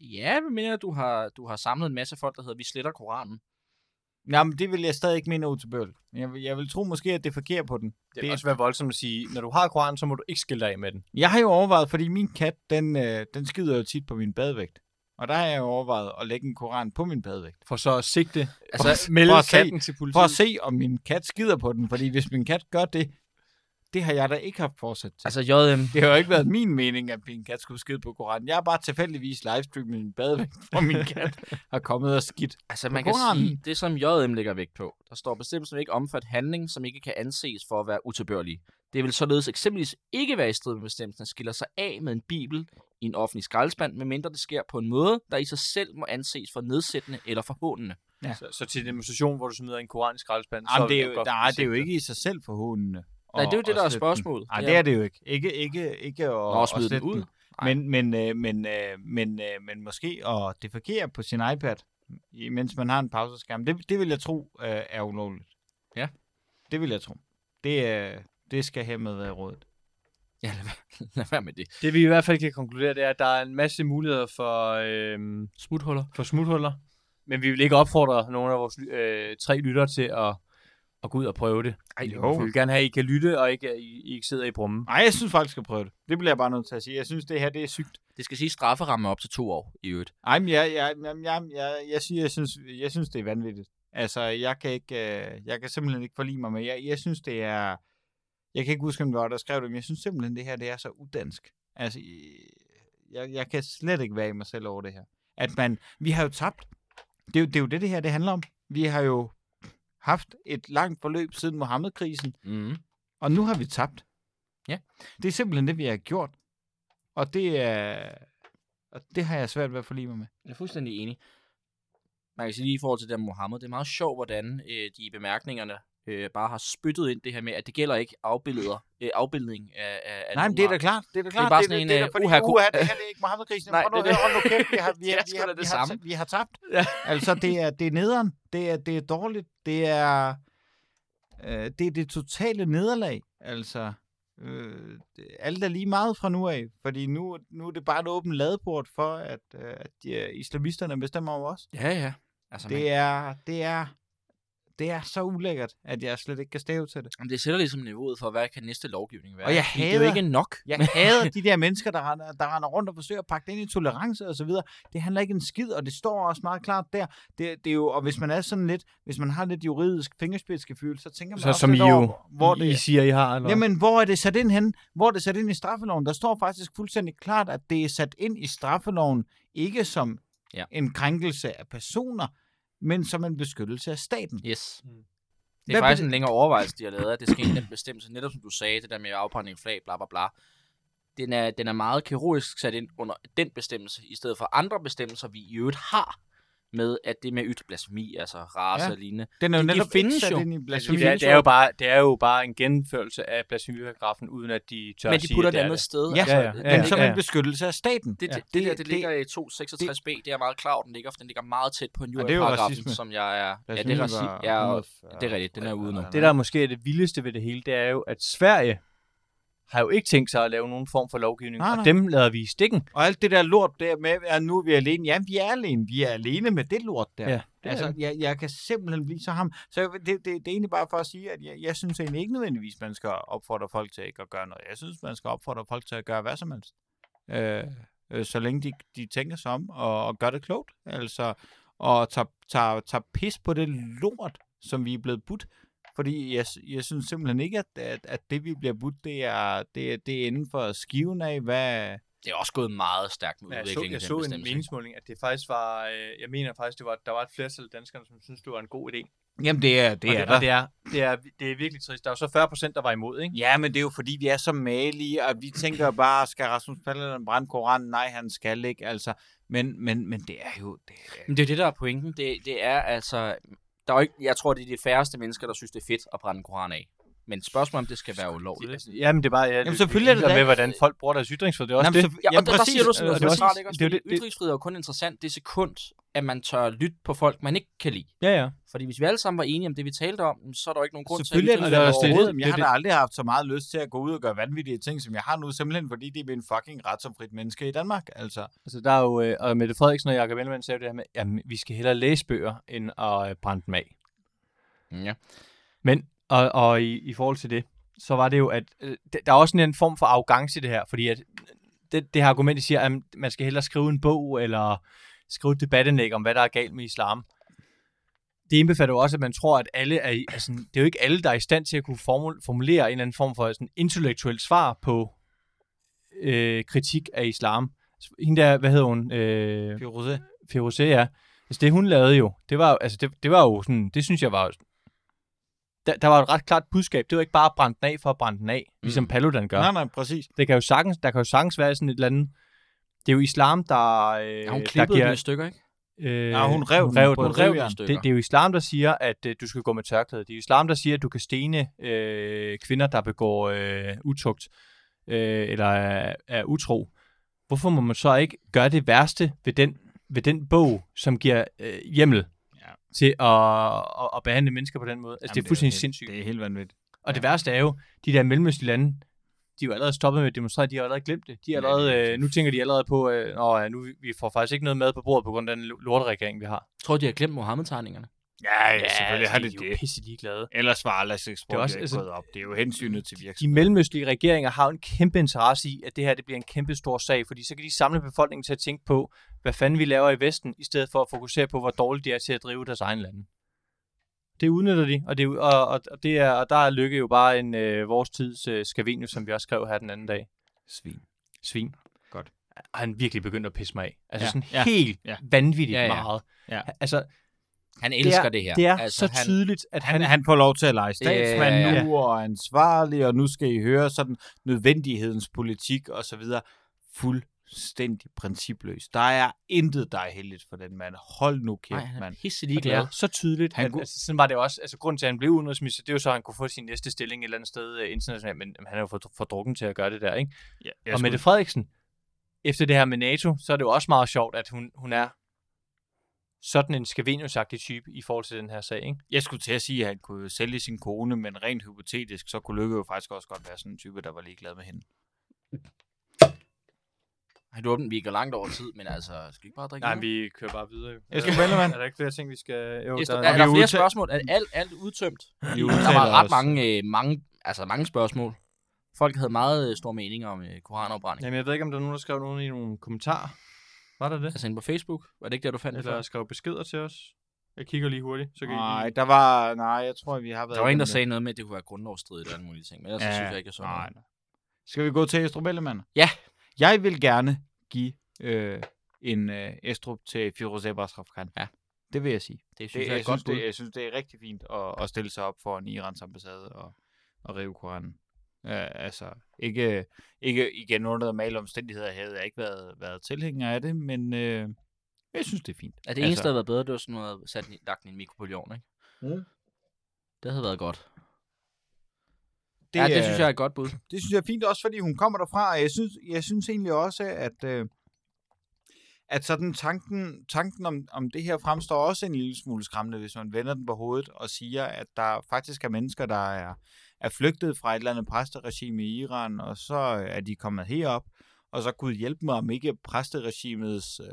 S2: Ja, men mener du har, du har samlet en masse folk, der hedder, vi sletter Koranen.
S3: Nej, men det vil jeg stadig ikke mene er utilbørligt. Jeg, vil- jeg vil tro måske, at det forkerer på den.
S4: Det vil også være voldsomt at sige, når du har koranen, så må du ikke skille dig af med den.
S3: Jeg har jo overvejet, fordi min kat, den, øh, den skider jo tit på min badevægt. Og der har jeg overvejet at lægge en koran på min badevægt.
S4: For så at sigte,
S2: Altså,
S4: altså, melde
S3: prøv at se-
S4: katten til politiet.
S3: For at se, om min kat skider på den. Fordi hvis min kat gør det, det har jeg da ikke haft forsæt til.
S2: Altså, JM,
S3: Det har jo ikke været min mening, at min kat skulle skide på koranen. Jeg har bare tilfældigvis livestreamet min badevægt, hvor min kat har kommet og skidt.
S2: altså
S3: på
S2: man kan
S3: koranen.
S2: sige, det som JM lægger vægt på, der står bestemmelsen ikke omfattet handling, som ikke kan anses for at være utilbørlig. Det vil således eksempelvis ikke være i strid med bestemmelsen, at skiller sig af med en bibel i en offentlig skraldespand, medmindre det sker på en måde, der i sig selv må anses for nedsættende eller forhåndende.
S4: Så, så til en demonstration, hvor du smider en koran i skraldespanden, så
S3: Jamen, det
S4: vil
S3: er
S4: jeg
S3: jo,
S4: godt
S3: nej,
S4: kunne
S3: det er jo
S4: sigte.
S3: ikke i sig selv forhåndende.
S2: Nej, det er jo
S3: at-
S2: det,
S3: at
S2: der er
S3: slette den.
S2: spørgsmålet.
S3: Nej,
S2: Det
S3: det
S2: er-
S3: er det jo ikke. Ikke, ikke, ikke at,
S2: Nå,
S3: at
S2: smid den
S3: slette
S2: ud. Nej.
S3: Men, men, øh, men, øh, men, øh, men måske at defekere på sin iPad, i- mens man har en pauseskærm, det, det vil jeg tro øh, er ulovligt.
S2: Ja.
S3: Det vil jeg tro. Det, øh, det skal hermed være rådet.
S2: Ja, lad være, lad være med det.
S4: Det vi i hvert fald kan konkludere, det er, at der er en masse muligheder for, øhm,
S2: Smuthuller.
S4: for smuthuller. Men vi vil ikke opfordre nogen af vores øh, tre lyttere til at, at gå ud og prøve det.
S2: Ej,
S4: Vi vil gerne have, at I kan lytte, og ikke at I, I ikke sidder i brummen.
S3: Nej, jeg synes folk skal prøve det. Det bliver jeg bare nødt til at sige. Jeg synes, det her det er sygt.
S2: Det skal sige strafferamme op til to år i øvrigt.
S3: Ej, men jeg, jeg, jeg, jeg, jeg, jeg, siger, jeg, synes, jeg synes, det er vanvittigt. Altså, jeg kan, ikke, øh, jeg kan simpelthen ikke forlige mig med. Jeg, jeg synes, det er... Jeg kan ikke huske, om det var, der skrev det, men jeg synes simpelthen, det her det er så udansk. Altså, øh, jeg, jeg kan slet ikke være i mig selv over det her. At man... Vi har jo tabt. Det er jo det, er jo det, det her det handler om. Vi har jo haft et langt forløb siden Mohammed-krisen,
S2: Mm.
S3: og nu har vi tabt.
S2: Ja.
S3: Det er simpelthen det, vi har gjort. Og det er... Og det har jeg svært ved at forlige mig med.
S2: Jeg er fuldstændig enig. Man kan sige lige i forhold til det med Mohammed, det er meget sjovt, hvordan øh, de i bemærkningerne øh, bare har spyttet ind det her med, at det gælder ikke afbilleder, øh, afbildning af, af af
S3: Nej, men
S2: nogen
S3: det er da
S2: art.
S3: klart. Det er da klart.
S2: bare
S3: det,
S2: sådan
S3: er
S2: en,
S3: da- det er
S2: øh,
S3: da fordi,
S2: uha,
S3: uha,
S2: ku-
S3: det her det er ikke Mohammed-krisen.
S2: Nej,
S3: Nej, det
S2: det er
S3: er Hold nu kæft, vi har, vi
S2: Det
S3: har,
S2: er
S3: vi
S2: sgu da
S3: har,
S2: det
S3: vi har,
S2: samme.
S3: vi har tabt.
S4: Ja.
S3: Altså, det er, det er nederen. Det er, det er dårligt. Det er, øh, det er det totale nederlag. Altså, øh, det- alt er lige meget fra nu af. Fordi nu, nu er det bare et åbent ladeport for, at, øh, at ja, islamisterne bestemmer over os.
S2: Ja, ja. Altså, det,
S3: Det
S2: er...
S3: er, det er, det er så ulækkert, at jeg slet ikke kan stave til det.
S2: Man, det sætter ligesom niveauet for, hvad kan næste lovgivning være.
S3: Og jeg
S2: Fordi Det er jo
S3: hader-
S2: ikke nok.
S3: Jeg hader de der mennesker, der render, der render rundt og forsøger at pakke det ind i tolerance og så videre. Det handler ikke en skid, og det står også meget klart der. Det, det er jo, og hvis man er sådan lidt, hvis man har lidt juridisk fingerspidsgefühl, så tænker man
S4: Så
S3: også
S4: som I
S3: lidt
S4: jo
S3: over, hvor det
S4: I siger, I har. Eller?
S3: Jamen, hvor er det sat ind hen? Hvor er det sat ind i straffeloven? Der står faktisk fuldstændig klart, at det er sat ind i straffeloven, ikke som
S2: Ja.
S3: ja. en krænkelse af personer, men som en beskyttelse af staten.
S2: Yes.
S4: Mm.
S2: Det er
S3: Hvad
S2: faktisk
S3: bede-
S2: en længere overvejelse, de har lavet, at det skal ind i den bestemmelse, netop som du sagde, det der med afbrænding af flag, bla bla bla. Den er, den er meget kirurgisk sat ind under den bestemmelse, i stedet for andre bestemmelser, vi i øvrigt har, med at det med ydt blasfemi, altså race
S3: Ja.
S2: ja. og lignende.
S3: Den er jo
S2: De- de
S3: netop ikke
S2: findes
S3: sat
S2: jo.
S3: ind i
S4: Altså,
S3: blasfemi.
S4: det, er, det, er jo bare, det er jo bare en genførelse af blasfemiparagrafen, uden at de tør
S2: Men
S4: at
S2: de
S4: sige,
S2: putter et
S4: at det er
S2: andet
S4: det.
S2: sted.
S3: Ja,
S2: altså,
S4: ja,
S2: den
S4: ja,
S3: Men
S2: ligger-
S3: som
S4: ja.
S3: en beskyttelse af staten.
S2: Det, ja. det, det, der, det ligger i 266b, det er meget klart, den ligger, den ligger meget tæt på en
S3: det er jo
S2: juraparagrafen,
S3: racisme.
S2: som jeg er... Ja, det
S3: Blasfemi
S2: er
S3: var
S2: racisme. Ja, og
S3: 140,
S2: det er rigtigt, den er ude nu.
S3: eller-
S4: Det, der måske er det vildeste ved det hele, det er jo, at Sverige har jo ikke tænkt sig at lave nogen form for lovgivning,
S3: Nej,
S4: nej, nej.
S3: nej.
S4: og dem lader vi i stikken.
S3: Og alt det der lort der med, at nu er vi alene. Ja, vi er alene. Vi er alene med det lort der.
S4: Ja, det er
S3: altså,
S4: vi.
S3: jeg, jeg kan simpelthen blive så ham. Så jeg- det, det, det er egentlig bare for at sige, at jeg, jeg synes egentlig ikke nødvendigvis, man skal opfordre folk til ikke at gøre noget. Jeg synes, man skal opfordre folk til at gøre hvad som helst. Øh, øh, så længe de, de tænker sig om og, og gør det klogt. Altså, og tager, tager, tager pis på det lort, som vi er blevet budt. Fordi jeg, jeg synes simpelthen ikke, at, at, at det, vi bliver budt, det er, det, er- det er inden for skiven af, hvad,
S2: Det er også gået meget stærkt med
S4: Men jeg så,
S2: udviklingen.
S4: jeg
S2: af
S4: så
S2: den
S4: en
S2: bestemmelse.
S4: meningsmåling, at det faktisk var, øh, jeg mener faktisk, det var, der var et flertal af danskerne, som syntes, det var en god idé.
S3: Jamen, det er,
S4: og
S3: det er
S4: det, og
S3: der.
S4: det, er, det, er, det er virkelig trist. Der var så 40 procent, der var imod, ikke?
S3: Ja, men det er jo fordi, vi er så malige, og vi tænker bare, skal Rasmus Paludan brænde koranen? Nej, han skal ikke, altså. Men, men, men det er jo... Det er...
S2: Men det er det, der er pointen. Det, det er altså... Der er jo ikke, jeg tror, det er de færreste mennesker, der synes, det er fedt at brænde en koran af. Men spørgsmålet er, om det skal være ulovligt. ikke?
S4: Jamen, det er bare, jeg
S3: Jamen, selvfølgelig er det
S4: ligeglad
S3: da
S4: med,
S3: ikke-
S4: hvordan folk bruger deres ytringsfrihed. Det er også
S3: Jamen,
S4: det.
S3: så-
S2: Ja, og
S3: jamen,
S2: der, der siger du
S3: præcis,
S2: sådan
S3: og
S2: noget
S4: Altså, det er også-
S2: centralt, ikke? Også,
S4: det er jo
S2: fordi
S4: det- det-
S2: ytringsfrihed er jo kun interessant det sekund, at man tør lytte på folk, man ikke kan lide.
S4: Ja, ja.
S2: Fordi hvis vi alle sammen var enige om det, vi talte om, så er der jo ikke nogen grund til at
S3: Selvfølgelig er
S4: det
S3: det
S4: er
S3: da
S4: også det.
S3: overhovedet, men
S4: Det er
S3: jeg har da
S4: det.
S3: aldrig haft så meget lyst til at gå ud og gøre vanvittige ting, som jeg har nu, simpelthen fordi det er min fucking ret som frit menneske i Danmark, altså.
S4: Altså, der er jo, øh, og Mette Frederiksen og Jacob Ellemann sagde jo det her med, jamen, vi skal hellere læse bøger, end at øh, brænde dem af.
S2: Ja.
S4: Men, og, og i, i forhold til det, så var det jo, at øh, d- der er også en eller anden form for arrogance i det her, fordi at det, det her argument, de siger, at man skal hellere skrive en bog, eller skrive et debatindlæg om, hvad der er galt med islam. Det indbefatter jo også, at man tror, at alle er, i- altså, det er jo ikke alle, der er i stand til at kunne formu- formulere en eller anden form for sådan, intellektuelt svar på øh, kritik af islam. Hende der, hvad hedder hun? Øh,
S3: Firuze.
S4: Firouzé, ja. Altså det, hun lavede jo, det var, jo- altså, det, det var jo sådan, det synes jeg var, der, der var et ret klart budskab. Det var ikke bare at brænde den af for at brænde den af, mm. ligesom Paludan gør.
S3: Nej, nej, præcis.
S4: Det kan jo sagtens, der kan jo sagtens være sådan et eller andet, det er jo islam, der, øh,
S2: Ja, hun
S4: der
S2: klippede den
S4: giver...
S2: i stykker, ikke?
S4: Øh,
S3: Ja, hun rev den
S4: rev
S3: på
S4: den.
S3: et
S2: Hun rev den i
S3: revjern.
S2: stykker.
S4: Det, det er jo islam, der siger, at øh, du skal gå med tørklæde. Det er jo islam, der siger, at du kan stene øh, kvinder, der begår øh, utugt øh, eller er, er utro. Hvorfor må man så ikke gøre det værste ved den, ved den bog, som giver øh, hjemmel ja.
S3: Ja.
S4: til at, at, at behandle mennesker på den måde? Altså, Jamen,
S3: jo
S4: det er fuldstændig
S3: helt-
S4: sindssygt.
S3: Det er helt vanvittigt.
S4: Og det værste er jo, de der mellemøstlige lande, de er jo allerede stoppet med at demonstrere, de har allerede glemt det. De er
S3: Ja,
S4: allerede,
S3: det er
S4: øh, nu tænker de allerede på, øh, "Nå ja, nu vi- vi får faktisk ikke noget mad på bordet på grund af den lorteregering, vi har.
S2: Jeg tror, de har glemt Mohammed-tegningerne.
S3: Ja, ja, selvfølgelig har
S4: altså,
S3: det
S4: de er jo
S3: det.
S4: pisse ligeglade.
S3: Ellers var Allahs
S4: Det
S3: eksport
S4: er
S3: jo
S4: også-
S3: ikke
S4: altså- Mm.
S3: gået op. Det er jo hensynet til
S4: De
S3: virksomheden.
S4: mellemøstlige regeringer har jo en kæmpe interesse i, at det her det bliver en kæmpe stor sag, fordi så kan de samle befolkningen til at tænke på, hvad fanden vi laver i Vesten, i stedet for at fokusere på, hvor dårligt de er til at drive deres egen lande. Det udnytter de, og, det, er jo- og, og, og, det er, og der er lykke jo bare en øh, vores tids øh, skavenius, som vi også skrev her den anden dag.
S3: Svin.
S4: svin.
S3: Godt.
S4: Og han virkelig begyndte at pisse mig af. Altså ja.
S3: Ja,
S4: sådan
S3: ja,
S4: helt ja.
S3: ja.
S4: vanvittigt
S2: Ja, ja.
S4: meget.
S3: Ja.
S4: Altså,
S2: Han
S4: det
S2: elsker
S4: er,
S2: det, her.
S4: Det er
S2: altså,
S4: så han, tydeligt, at han...
S3: Han, han får lov til at lege statsmand
S2: Ja,
S3: yeah,
S2: ja, ja.
S3: nu og er ansvarlig, og nu skal I høre sådan nødvendighedens politik og så videre. Fuldstændig principløs. Der er intet, der er heldigt for den mand. Hold nu
S2: Nej,
S3: kæft,
S2: han er
S3: mand.
S2: pisse
S4: det
S2: ligeglad.
S4: er så tydeligt.
S3: Han
S4: Han, at,
S3: kunne-
S4: altså, sådan var det også. Altså, grunden til, at han blev udenrigsminister, det er jo så, at han kunne få sin næste stilling et eller andet sted øh, internationalt, men men han er jo for, for drukken til at gøre det der, ikke?
S3: Ja,
S4: og Mette Frederiksen, efter det her med NATO, så er det jo også meget sjovt, at hun, hun er sådan en scavenius type i forhold til den her sag, ikke?
S3: Jeg skulle til at sige, at han kunne jo sælge sin kone, men rent hypotetisk, så kunne Lykke jo faktisk også godt være sådan en type, der var ligeglad med hende.
S2: Han du åbent, vi går langt over tid, men altså, skal vi ikke bare drikke
S4: Nej,
S2: mere?
S4: vi kører bare videre. jo.
S3: Esben Ellemann.
S4: Er der ikke flere ting, vi skal... Jo,
S2: Esther,
S4: der-
S2: er, er der flere
S3: udtal-
S2: spørgsmål? Er alt, alt udtømt?
S3: Vi
S2: Der var
S3: udtaler
S2: ret
S3: os.
S2: mange, øh, mange, altså mange spørgsmål. Folk havde meget øh, store meninger om øh, koranafbrænding.
S4: Jamen, jeg ved ikke, om der er nogen, der skrev nogen i nogle kommentarer. Var der det?
S2: Altså inde på Facebook? Var det ikke der, du fandt det
S4: Eller
S2: før?
S4: skrev beskeder til os? Jeg kigger lige hurtigt, så kan I
S3: Nej,
S4: lige...
S3: der var... Nej, jeg tror, vi har været...
S2: Der var en, der
S3: igennem
S2: sagde noget med, at det kunne være grundlovsstridigt og alle mulige ting. Men ellers
S3: det.
S2: ja, synes jeg ikke, jeg så
S3: nej,
S2: noget.
S3: nej. Skal vi gå til Estrup Ellemann?
S2: Ja.
S3: Jeg vil gerne give øh, en øh, Estrup til Firouzeh Basrafkan.
S2: Ja.
S3: Det vil jeg sige.
S2: Det synes
S3: Det,
S2: det, jeg er
S3: jeg,
S2: et godt
S3: synes,
S2: bud.
S3: det, jeg synes, det er rigtig fint at, at stille sig op for en Irans ambassade og, og rive Koranen. Ja, altså, ikke, ikke igen under normale omstændigheder havde jeg ikke været, været tilhænger af det, men øh, jeg synes, det er fint. Altså,
S2: Er det eneste, der havde været bedre, det var sådan noget, at sat den, i- lagt den i en mikrobølgeovn, ikke?
S3: Mm.
S2: Det havde været godt.
S3: det,
S2: Det, ja, det
S3: er-
S2: synes jeg er et godt bud.
S3: det synes jeg er fint, også fordi hun kommer derfra, og jeg synes, jeg synes egentlig også, at, øh, at sådan tanken, tanken om, om det her fremstår også en lille smule skræmmende, hvis man vender den på hovedet og siger, at der faktisk er mennesker, der er, er flygtet fra et eller andet præsteregime i Iran, og så er de kommet herop, og så kunne hjælpe dem, om ikke præsteregimets øh,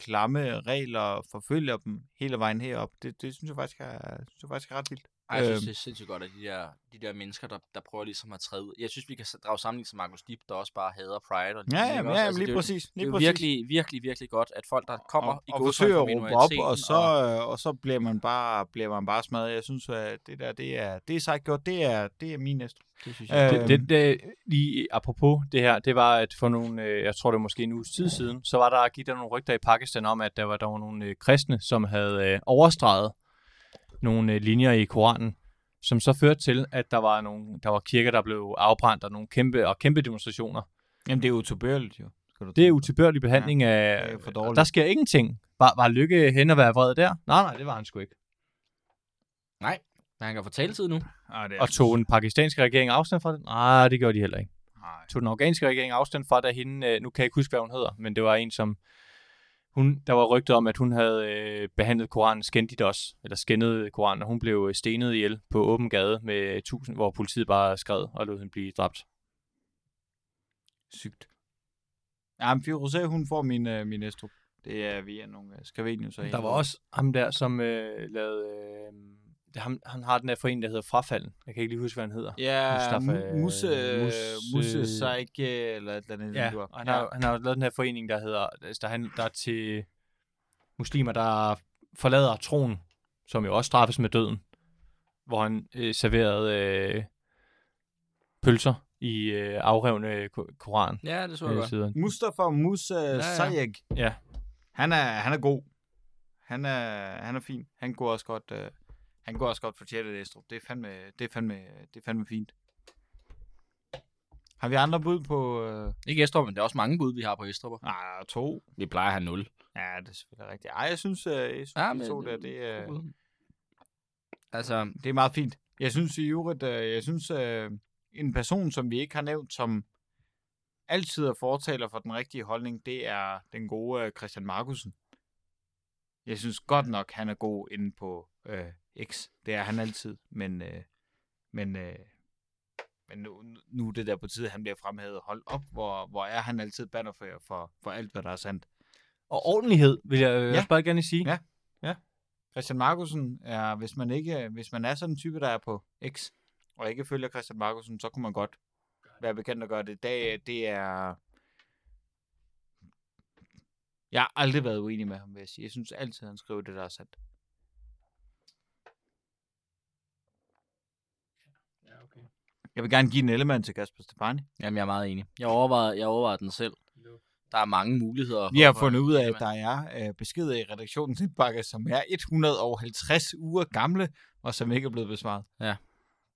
S3: klamme regler forfølger dem hele vejen herop. Det, det synes jeg faktisk er, synes jeg faktisk er ret vildt.
S2: Ej, jeg synes,
S3: Øhm.
S2: det er sindssygt godt, at de der, de der mennesker, der, der prøver ligesom at træde ud. Jeg synes, vi kan s- drage sammenligning til Markus Dib, der også bare hader Pride. Og
S3: Ja,
S2: lignende,
S3: ja,
S2: ikke
S3: ja,
S2: også?
S3: ja
S2: Altså,
S3: lige
S2: det er jo-
S3: præcis.
S2: Det er
S3: Lige
S2: jo
S3: præcis.
S2: virkelig, virkelig, virkelig godt, at folk, der kommer
S3: og,
S2: i
S3: og
S2: gåseøjne
S3: forsøger
S2: fra
S3: at råbe op, og
S2: minoriteten,
S3: så, øh, og... og så bliver man bare bliver man bare smadret. Jeg synes, at det der, det er, det er sejt gjort. Det er, det er min næste. Øhm,
S2: det synes jeg.
S3: jeg-
S4: Det, det, det, lige apropos det her, det var, at for nogle, øh, jeg tror det var måske en uges tid siden, så var der, gik der nogle rygter i Pakistan om, at der var, der var nogle øh, kristne, som havde øh, overstreget nogle øh, linjer i Koranen, som så førte til, at der var, nogle, der var kirker, der blev afbrændt, og nogle kæmpe, og kæmpe demonstrationer.
S3: Jamen, det er utilbørligt jo. Skal du
S4: Det er
S3: tænke på.
S4: utilbørlig behandling ja, af...
S3: det er for
S4: og
S3: dårligt.
S4: der sker ingenting. Var, var Lykke hen og være vred der? Nej, nej, det var han sgu ikke.
S2: Nej, men han kan få taletid nu.
S3: Ej, Ah, det er
S4: Og tog den pakistanske regering afstand fra det? Nej, det gjorde de heller ikke.
S3: Nej.
S4: Tog den afghanske regering afstand fra, da hende... øh, Nu kan jeg ikke huske, hvad hun hedder, men det var en, som... Hun, der var rygtet om, at hun havde øh, behandlet Koranen skændigt også, eller skændede Koranen, og hun blev øh, stenet ihjel på åben gade med tusind, hvor politiet bare skred og lod hende blive dræbt.
S3: Sygt. Jamen, Firuze, hun får min, øh, min næste. Det er via nogle øh, skavenius. og
S4: Der
S3: en-
S4: var også ham der, som øh, lavede øh, det, han, han har den der forening, der hedder Frafalden. Jeg kan ikke lige huske, hvad han hedder.
S3: Ja,
S4: Mustafa-
S3: mu- Muse,
S4: Muse-
S3: Muse Saike, eller et eller andet.
S4: Ja,
S3: du har-
S4: og han har, han har jo lavet den her forening, der hedder, altså, der, han, der er til muslimer, der forlader troen, som jo også straffes med døden, hvor han øh, serverede øh, pølser i øh, afrevne ko- koran.
S2: Ja, det så jeg
S4: Øh,
S2: godt.
S4: sider.
S3: Mustafa Musa
S2: ja.
S3: ja, Sayek.
S4: Ja.
S3: Han er, han er god. Han er, han er fin. Han kunne også godt, øh, han kunne også godt fortjene det, Estrup. Det er fandme, det er fandme, det er fandme fint. Har vi andre bud på... Øh,
S2: Ikke Estrup, men det er også mange bud, vi har på Estrup.
S3: nej, der er to.
S2: Vi plejer at have 0.
S3: Ja, det er selvfølgelig rigtigt. Ej, jeg synes, øh, jeg synes
S2: Ja,
S3: ja, de
S2: men-
S3: to der, det, er,
S2: Altså,
S3: det er meget fint. Jeg synes i øvrigt, øh, jeg synes, øh, en person, som vi ikke har nævnt, som altid er fortaler for den rigtige holdning, det er den gode øh, Christian Markusen. Jeg synes godt nok, han er god inde på øh, X. Det er han altid, men, øh, men, øh, men nu, nu er det der på tide, han bliver fremhævet. Hold op, hvor, hvor er han altid bannerfører for, for alt, hvad der er sandt.
S4: Og ordentlighed, vil jeg øh,
S3: Ja.
S4: også bare gerne lige sige.
S3: Ja. Christian Markusen er, hvis man, ikke, hvis man er sådan en type, der er på X, og ikke følger Christian Markusen, så kunne man godt være bekendt at gøre det. Det, det er... Jeg har aldrig været uenig med ham, vil jeg sige. Jeg synes altid, han skriver det, der er sandt.
S4: Ja, okay.
S3: Jeg vil gerne give en element til Kasper Stefani.
S2: jamen, jeg er meget enig. Jeg overvejede, jeg overvejede den selv. Der er mange muligheder.
S3: Vi har fundet ud af, at der er øh, beskeder i redaktionens indbakke, som er 150 uger gamle, og som ikke er blevet besvaret.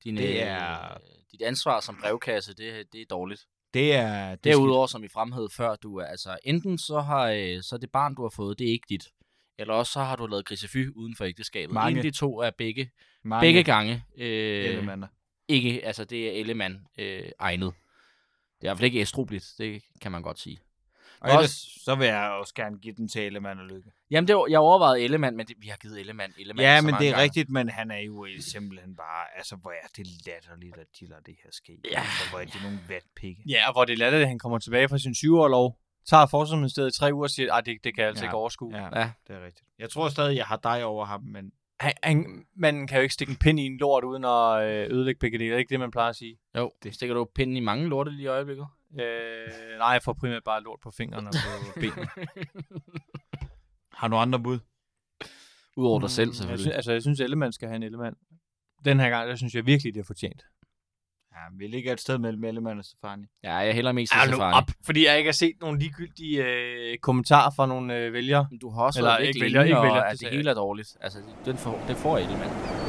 S2: Din,
S3: det
S2: det er...
S3: er-
S2: Dit ansvar som brevkasse, det, det er dårligt.
S3: Det er... Det er
S2: Derudover, som vi fremhævede før, du er altså enten så har øh, så er det barn, du har fået, det er ikke dit. Eller også så har du lavet grisefy uden for ægteskabet.
S3: Mange.
S2: Mange. de to er begge,
S3: skidt. Mange
S2: begge gange øh,
S3: elementer.
S2: ikke, altså det er Ellemann øh, egnet. Det er i hvert fald ikke æstrubligt, det kan man godt sige.
S3: Og
S2: Også-
S3: ellers, så vil jeg også gerne give den til Ellemann og Lykke.
S2: Jamen, det var, jeg overvejede Ellemann, men det, vi har givet Ellemann, Ellemann
S3: Ja,
S2: så
S3: men
S2: mange
S3: det er
S2: gange.
S3: rigtigt, men han er jo øh, simpelthen bare, altså hvor er det latterligt, at de lader det her ske.
S2: Ja.
S3: Altså, hvor er det nogle vatpikke.
S4: Ja, og hvor det lader, at han kommer tilbage fra sin syvårlov, tager forsvarsministeriet i tre uger og siger, at det, det kan jeg altså
S3: Ja.
S4: ja. ikke overskue. Ja.
S2: Ja.
S3: det er rigtigt. Jeg tror stadig, jeg har dig over ham, men
S4: Han, han, man kan jo ikke stikke en pind i en lort, uden at øh, ødelægge begge dele. Det er ikke det, man plejer at sige.
S2: Jo, det stikker du pinden i mange lorte lige i øjeblikket.
S4: Øh, nej, jeg får primært bare lort på fingrene og på benene.
S3: har du andre bud?
S2: Udover dig selv,
S4: Jeg
S2: selvfølgelig.
S4: synes, altså, jeg synes, Ellemann skal have en Ellemann. Den her gang, der synes jeg virkelig, det er fortjent.
S3: Ja, vi ligger et sted mellem Ellemann og Stefani.
S2: Ja, jeg hælder mest til
S4: nu
S2: Stefani.
S4: op, fordi jeg ikke har set nogle ligegyldige øh, kommentarer fra nogle øh, vælgere.
S2: Men Du har også
S4: Eller
S2: været
S4: ikke
S2: ikke
S4: vælger,
S2: vælger,
S4: ikke
S2: ikke
S4: vælger, det
S2: at det
S4: sagde
S2: hele er dårligt. Altså, den får, det får Ellemann.